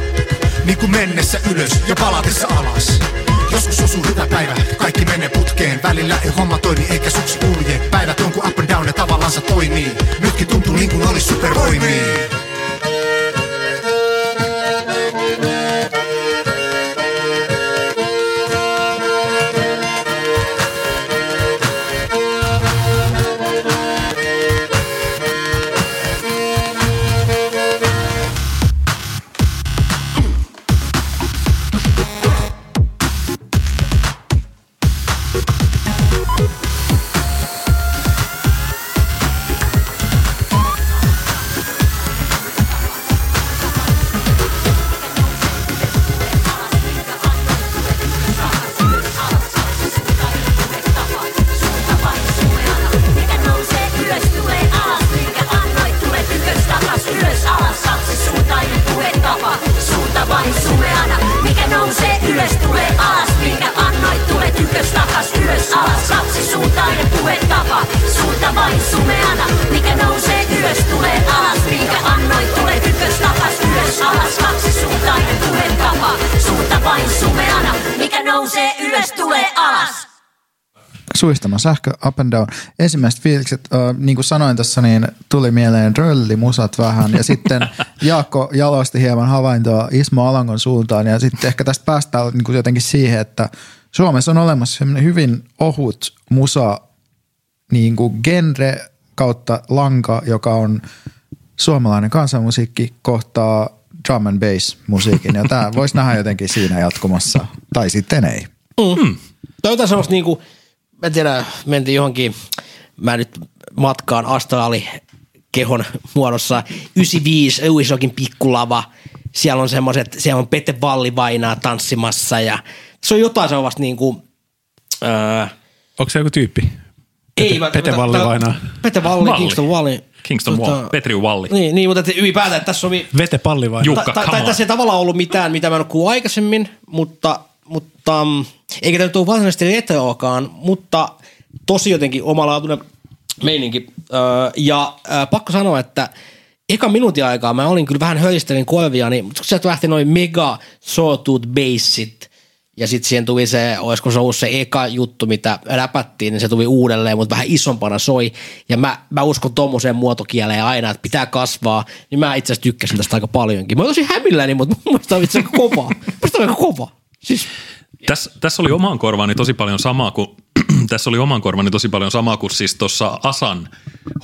Niinku mennessä ylös ja palatessa alas. Joskus osuu hyvä päivä, kaikki menee putkeen Välillä ei homma toimi eikä suksi kulje Päivät on kuin up and down ja tavallansa toimii Nytkin tuntuu niin kuin olisi supervoimia
Mikä nousee ylös, tulee alas, minkä annoit, tulee tykös takas, ylös alas, kaksisuuntainen puhetapa, suunta vain sumeana. Mikä nousee ylös, tulee alas, minkä annoit, tulee tykös takas, ylös alas, kaksisuuntainen puhetapa, suunta vain sumeana. Mikä nousee ylös, tulee alas, minkä annoit, tulee tykös takas, ylös alas, kaksisuuntainen puhetapa, suunta vain sumeana. Mikä nousee ylös, tulee alas.
Suistama sähkö, up and down. Ensimmäiset fiilikset, äh, niin kuin sanoin tässä, niin tuli mieleen röllimusat vähän ja sitten Jaakko jalosti hieman havaintoa Ismo Alangon suuntaan ja sitten ehkä tästä päästään niin kuin jotenkin siihen, että Suomessa on olemassa semmoinen hyvin ohut musa niin kuin genre kautta lanka, joka on suomalainen kansanmusiikki kohtaa drum and bass musiikin ja tämä voisi nähdä jotenkin siinä jatkumassa tai sitten ei.
Toi on jotain semmoista niinku, mä en tiedä, mentiin johonkin, mä nyt matkaan astraali kehon muodossa, 95, Euisokin pikkulava, siellä on semmoiset, siellä on Pete Valli vainaa tanssimassa ja se on jotain sellaista niinku, öö,
Onko se joku tyyppi? Pete-
mä-
Pete
mä-
Valli
tää-
vainaa.
Pete Valli,
Valli.
Kingston Valli.
Kingston
Tota,
Wall, Petri Walli.
Niin, niin mutta et ylipäätään että tässä oli
Vete palli vai?
Juu.
tai,
Jukka,
tai,
come
tai
on.
tässä ei tavallaan ollut mitään, mitä mä en ole kuullut aikaisemmin, mutta, mutta mm, Eikä tämä nyt ole varsinaisesti retroakaan, mutta tosi jotenkin omalaatuinen meininki. Öö, ja öö, pakko sanoa, että eka minuutin aikaa mä olin kyllä vähän höristelin korviani, mutta kun sieltä lähti noin mega sawtooth bassit, ja sitten siihen tuli se, olisiko se ollut se eka juttu, mitä läpättiin, niin se tuli uudelleen, mutta vähän isompana soi. Ja mä, mä uskon tommoseen muotokieleen aina, että pitää kasvaa. Niin mä itse asiassa tykkäsin tästä aika paljonkin. Mä olin tosi hämilläni, mutta mun mielestä on itse asiassa aika kova. Musta on aika kova. Siis
Tässä, tässä oli omaan korvaani tosi paljon samaa kuin tässä oli oman korvani tosi paljon samaa kuin siis tuossa Asan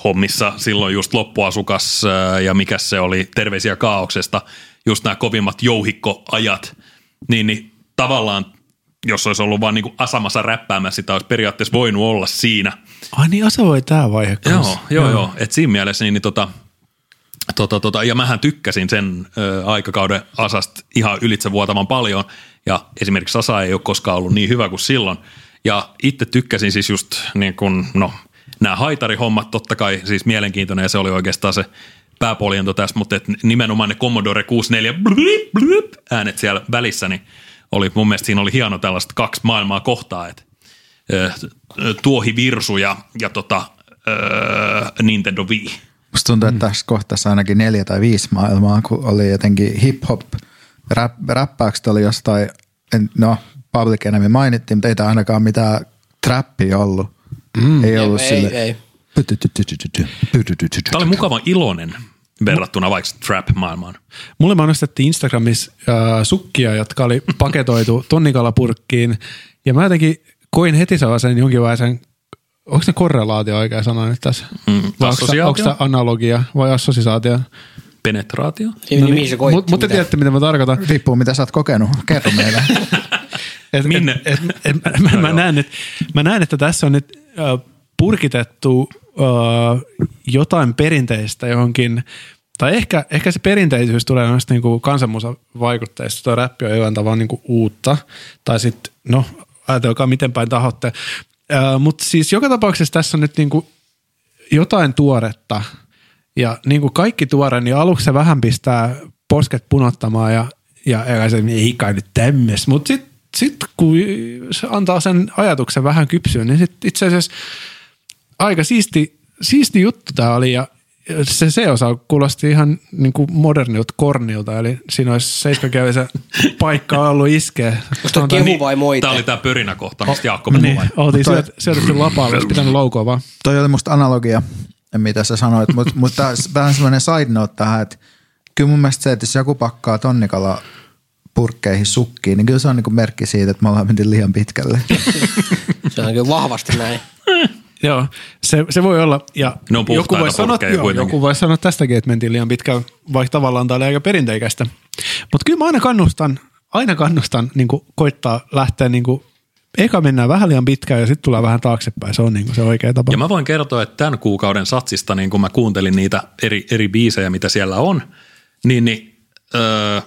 hommissa silloin just loppuasukas ää, ja mikä se oli, terveisiä kaauksesta, just nämä kovimmat jouhikkoajat, niin, niin tavallaan jos olisi ollut vaan niin asamassa räppäämässä, sitä olisi periaatteessa voinut olla siinä.
Ai niin, Asa voi tää vaihe kanssa.
Joo, joo, joo. Et siinä mielessä niin, niin tota, tota, tota, ja mähän tykkäsin sen ö, aikakauden Asasta ihan ylitse vuotavan paljon. Ja esimerkiksi Asa ei ole koskaan ollut niin hyvä kuin silloin. Ja itse tykkäsin siis just niin kun, no, nämä haitarihommat totta kai siis mielenkiintoinen ja se oli oikeastaan se pääpoljento tässä, mutta et nimenomaan ne Commodore 64 blip, blip, äänet siellä välissä, niin oli, mun mielestä siinä oli hieno tällaista kaksi maailmaa kohtaa, että tuohi virsu ja, ja tota, öö, Nintendo Wii.
Musta tuntuu, että tässä kohtassa ainakin neljä tai viisi maailmaa, kun oli jotenkin hip-hop, rap, räppäykset oli jostain, en- no Public Enemy mainittiin, mutta ei tämä ainakaan mitään trappi ollut. Mm, ei ollut
ei,
sille.
ei.
Tämä oli mukava iloinen verrattuna vaikka trap-maailmaan.
Mulle mä nostettiin Instagramissa äh, sukkia, jotka oli paketoitu tonnikalapurkkiin. Ja mä jotenkin koin heti sellaisen jonkinlaisen, onko se korrelaatio oikea sana nyt tässä? Mm,
assosiaatio?
Onko se analogia vai assosiaatio?
Penetraatio?
no niin, mihin se koitti.
Mut- Mutta
mitä-
tiedätte, mitä mä tarkoitan.
Riippuu mitä sä oot kokenut, kerro meille.
Et,
Minne?
Et, et, et, mä, mä, näen, et, mä näen, että tässä on nyt ö, purkitettu ö, jotain perinteistä johonkin, tai ehkä, ehkä se perinteisyys tulee noista niinku kansanmusavaikutteista, tuo räppi on jollain tavalla niinku uutta, tai sitten, no ajatelkaa miten päin tahotte, mutta siis joka tapauksessa tässä on nyt niinku jotain tuoretta. Ja niin kuin kaikki tuore, niin aluksi se vähän pistää posket punottamaan ja, ja eikä se ei kai nyt tämmöis. Mutta sitten sit kun se antaa sen ajatuksen vähän kypsyä, niin sit itse asiassa aika siisti, siisti juttu tämä oli ja se, se osa kuulosti ihan niin kuin modernilta kornilta, eli siinä olisi seitsemänkielisen paikka ollut iskeä.
Onko toi kehu vai moite?
Tämä oli tämä pörinäkohta, mistä Jaakko puhui.
Niin, oltiin
Toi-
syöt- syötetty lapaalle, olisi pitänyt laukoa vaan.
Toi oli musta analogia, mitä sä sanoit, mutta mut tää on vähän semmoinen side note tähän, että kyllä mun mielestä se, että jos joku pakkaa tonnikala purkkeihin sukkiin, niin kyllä se on niinku merkki siitä, että me ollaan menty liian pitkälle.
Se on kyllä vahvasti näin.
Joo, se, se voi olla. Ja
Ne on
joku,
puhtaita
voi sanoa,
purkkeja
joo,
kuitenkin.
joku voi sanoa tästäkin, että mentiin liian pitkään, vaikka tavallaan tämä oli aika perinteikästä. Mutta kyllä mä aina kannustan, aina kannustan niin koittaa lähteä niin kuin, eka mennään vähän liian pitkään ja sitten tulee vähän taaksepäin. Se on niin se oikea tapa.
Ja mä voin kertoa, että tämän kuukauden satsista, niin kun mä kuuntelin niitä eri, eri biisejä, mitä siellä on, niin, niin öö,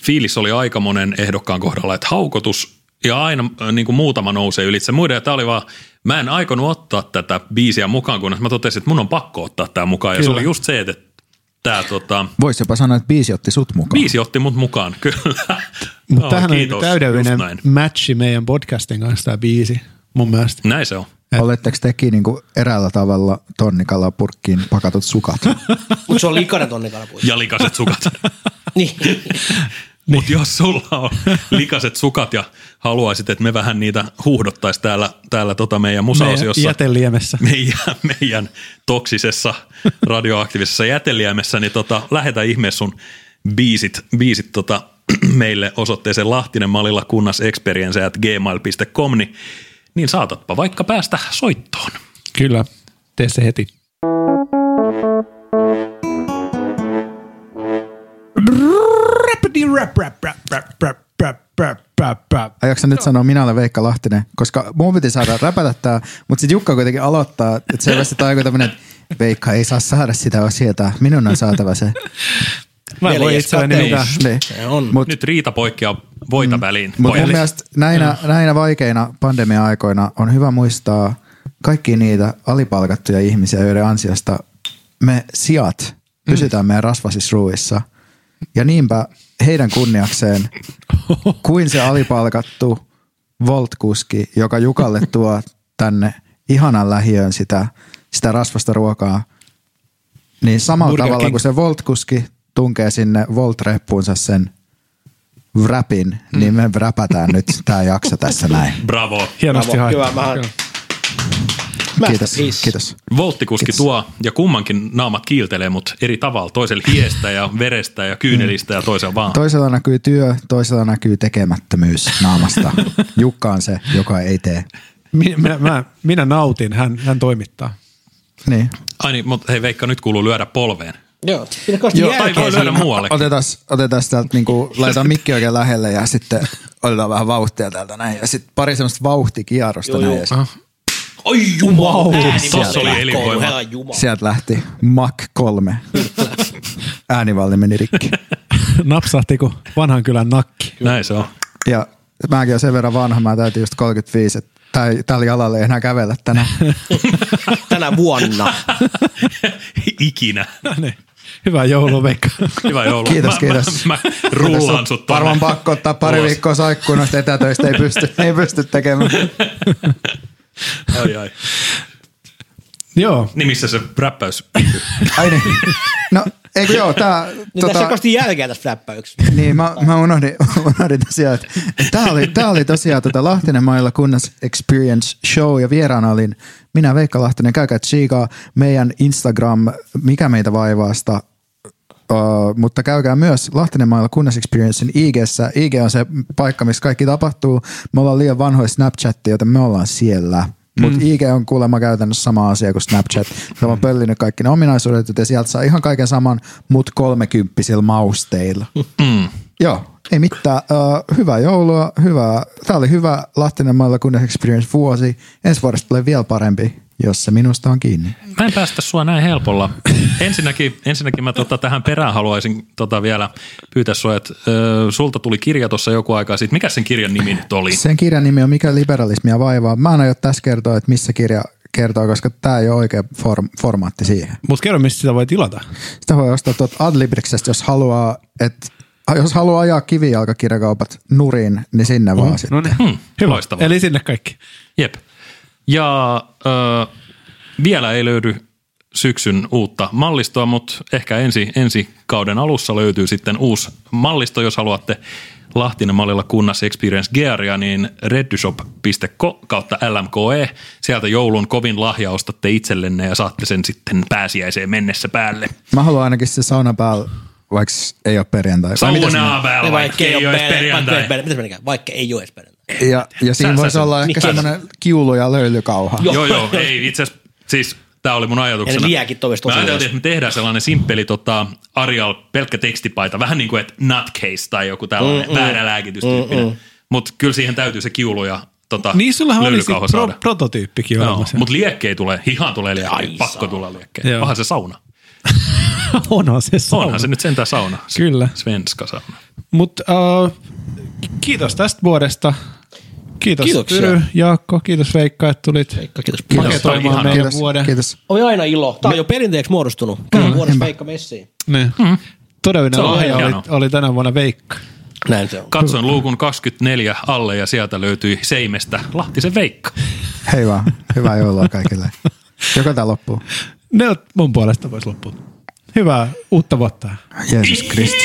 fiilis oli aika monen ehdokkaan kohdalla, että haukotus ja aina ö, niin kuin muutama nousee ylitse muiden. Ja tämä oli vaan, mä en aikonut ottaa tätä biisiä mukaan, kunnes mä totesin, että mun on pakko ottaa tämä mukaan. Ja Kyllä. se
Kyllä.
oli just se, että tämä tota,
Voisi jopa sanoa, että biisi otti sut mukaan.
biisi otti mut mukaan. Kyllä.
Mutta
Joo,
tämähän on
kiitos,
niinku täydellinen
just näin.
matchi meidän podcastin kanssa tämä biisi, mun mielestä.
Näin se on.
Oletteko tekin niinku eräällä tavalla tonnikalapurkkiin pakatut sukat?
Mutta se on likainen tonnikalapuissa.
Ja likaset sukat.
Niin.
Niin.
Mutta jos sulla on likaset sukat ja haluaisit, että me vähän niitä huuhdottaisiin täällä, täällä tota meidän
Meidän
musaosiossa,
jäteliemessä.
meidän, meidän toksisessa radioaktiivisessa jäteliämessä, niin tota, lähetä ihmeessä sun biisit, biisit tota, meille osoitteeseen lahtinenmalilla kunnaseksperienseat gmail.com, niin, niin saatatpa vaikka päästä soittoon.
Kyllä, tee se heti. Rappity rap rap rap rap rap rap rap rap rap.
Aiotko sä nyt sanoa, minä olen Veikka Lahtinen? Koska mun piti saada räpätä tää, mutta sitten Jukka kuitenkin aloittaa, että selvästi tää on joku tämmönen, että Veikka ei saa saada sitä osiota, minun on saatava se.
Mä en voi
Veljes
itselleni
kateus.
mitään.
Niin.
Se on.
Mut,
Nyt Riita poikkeaa voita väliin.
Mm. mut mun
pojat.
mielestä näinä,
Mm.
näinä vaikeina pandemia-aikoina on hyvä muistaa kaikki niitä alipalkattuja ihmisiä, joiden ansiosta me sijat
Mm.
pysytään meidän rasvasissa ruuissa. Ja niinpä heidän kunniakseen, kuin se alipalkattu Volt-kuski, joka Jukalle tuo tänne ihanan lähiön sitä, sitä rasvasta ruokaa, niin samalla
Burger
tavalla
King.
kuin se Volt-kuski tunkee sinne Volt-reppuunsa sen wrapin, mm. niin me wrapataan nyt tämä jakso tässä näin.
Bravo.
Hienosti
Bravo,
haettu.
hyvä, mä-
Joo.
Kiitos.
Masterpiece.
Kiitos.
Volttikuski tuo ja kummankin naamat kiiltelee, mutta eri tavalla. Toisella hiestä ja verestä ja kyynelistä ja toisella vaan.
Toisella näkyy työ, toisella näkyy tekemättömyys naamasta. Jukka on se, joka ei tee.
Minä, minä, mä, minä nautin, hän, hän toimittaa.
Niin.
Ai niin, mutta hei Veikka, nyt kuuluu lyödä polveen.
Joo, pidä kovasti
Joo,
Tai voi
jälkeen
lyödä
siinä.
muualle.
Otetaan, otetaan täältä, niin kuin, laitetaan mikki oikein lähelle ja sitten otetaan vähän vauhtia täältä näin. Ja sitten pari semmoista vauhtikierrosta
Joo,
näin.
joo.
Ja sit
Oi jumala,
Wow.
ääni
Tossa oli
lähtee
elinvoima.
kouluun, herra jumala.
sieltä lähti Mac 3. Äänivalli meni rikki.
Napsahti kuin vanhan kylän nakki.
Näin se on.
Ja mäkin olen sen verran vanha, mä täytin just 35, että tää- tällä jalalla ei enää kävellä tänään.
Tänä vuonna.
Ikinä.
Niin. Hyvää joulua, Veikka.
Hyvä joulu.
Kiitos,
mä,
kiitos.
Mä, mä rullaan sut tonne.
Varmaan pakko ottaa pari
ulos.
viikkoa saikkuun noista etätöistä, ei pysty, ei pysty tekemään.
Ai, ai.
Joo,
Niin missä se räppäys?
Ai niin. No, eikö joo, tää...
Niin tässä
tota-
on kovasti jälkeä tässä fläppäyksessä.
Niin, mä, mä unohdin, unohdin tosiaan, että tämä oli, tää oli tosiaan tota Lahtinen mailla kunnas Experience Show ja vieraana olin minä Veikka Lahtinen. Käykää tsiikaa meidän Instagram, mikä meitä vaivaasta, Uh, mutta käykää myös Lahtinen mailla kunnas Experiencein IGssä. IG on se paikka, missä kaikki tapahtuu. Me ollaan liian vanhoja Snapchatti, joten me ollaan siellä. Mutta IG on kuulemma käytännössä sama asia kuin Snapchat. Se on pöllinyt kaikki ne ominaisuudet, joten sieltä saa ihan kaiken saman, mutta kolmekymppisillä mausteilla. Joo, ei mitään. Uh, hyvää joulua, hyvää. Tämä oli hyvä Lahtinen mailla kunnes experience vuosi. Ensi vuodesta tulee vielä parempi, jos se minusta on kiinni.
Mä en päästä sua näin helpolla. Ensinnäkin, ensinnäkin mä tota, tähän perään haluaisin tota, vielä pyytää sua, että ö, sulta tuli kirja tuossa joku aika sitten. Mikä sen kirjan nimi nyt oli?
Sen kirjan nimi on Mikä liberalismia vaivaa. Mä en aio tässä kertoa, että missä kirja kertoo, koska tämä ei ole oikea form- formaatti siihen.
mutta kerro, mistä sitä voi tilata.
Sitä voi ostaa tuot Adlibriksestä, jos haluaa, että jos haluaa ajaa kivijalkakirjakaupat nuriin, niin sinne vaan sitten.
No niin,
Hmm,
hyvä.
loistavaa.
Eli sinne kaikki.
Jep. Ja ö, vielä ei löydy syksyn uutta mallistoa, mutta ehkä ensi, ensi kauden alussa löytyy sitten uusi mallisto, jos haluatte Lahtinen mallilla kunnassa Experience Gearia, niin reddyshop.co kautta LMKE. E. Sieltä joulun kovin lahja ostatte itsellenne ja saatte sen sitten pääsiäiseen mennessä päälle.
Mä haluan ainakin se sauna päällä, vaikka ei ole perjantai. Vai mitä
Saunaa päällä,
Ja
vaikka ei ole edes perjantai.
Mitä se menikään? Vaikka ei ole edes perjantai.
se- Ja, ja siinä
Sä-
voisi
sä-
olla ehkä
Mikä-
semmoinen kiulu- ja löylykauha.
Joo, joo, ei itse asiassa, siis tämä oli mun ajatuksena.
Ja ne liekit on vasta
Mä
tosi
ajattelin,
yleisiä.
että me tehdään sellainen simppeli tota, Arial pelkkä tekstipaita, vähän niin kuin että nutcase tai joku tällainen mm, väärä lääkitystyyppinen. Mm, Mutta kyllä siihen täytyy se kiulu ja tota,
Niin sullahan oli sit
löylykauha
pro,
saada.
prototyyppikin
Joo,
olemassa.
mutta liekkei tulee, hihan tulee liekkei,
Ai
pakko
sauna.
tulla liekkei.
Joo.
Onhan se sauna.
Onhan se sauna.
Onhan se nyt sentään sauna. S-
Kyllä.
Svenska sauna.
Mutta uh, kiitos tästä vuodesta. Kiitos
Kiitoksia.
Pyry, Jaakko, kiitos Veikka, että tulit
Veikka, kiitos.
Oli ihana.
paketoimaan meidän
Kiitos,
vuoden.
kiitos.
Oli aina ilo. Tämä on jo perinteeksi muodostunut. Käy vuodessa Veikka Messiin.
Niin.
Mm-hmm.
Todellinen
Se on
lahja
hienoa.
oli, oli tänä vuonna Veikka.
Näin se on.
Katsoin luukun 24 alle ja sieltä löytyi seimestä Lahtisen Veikka.
Hei vaan, hyvää joulua kaikille. Joko tämä loppuu?
Ne on mun puolesta voisi loppua. Hyvää uutta vuotta.
Jeesus Kristus.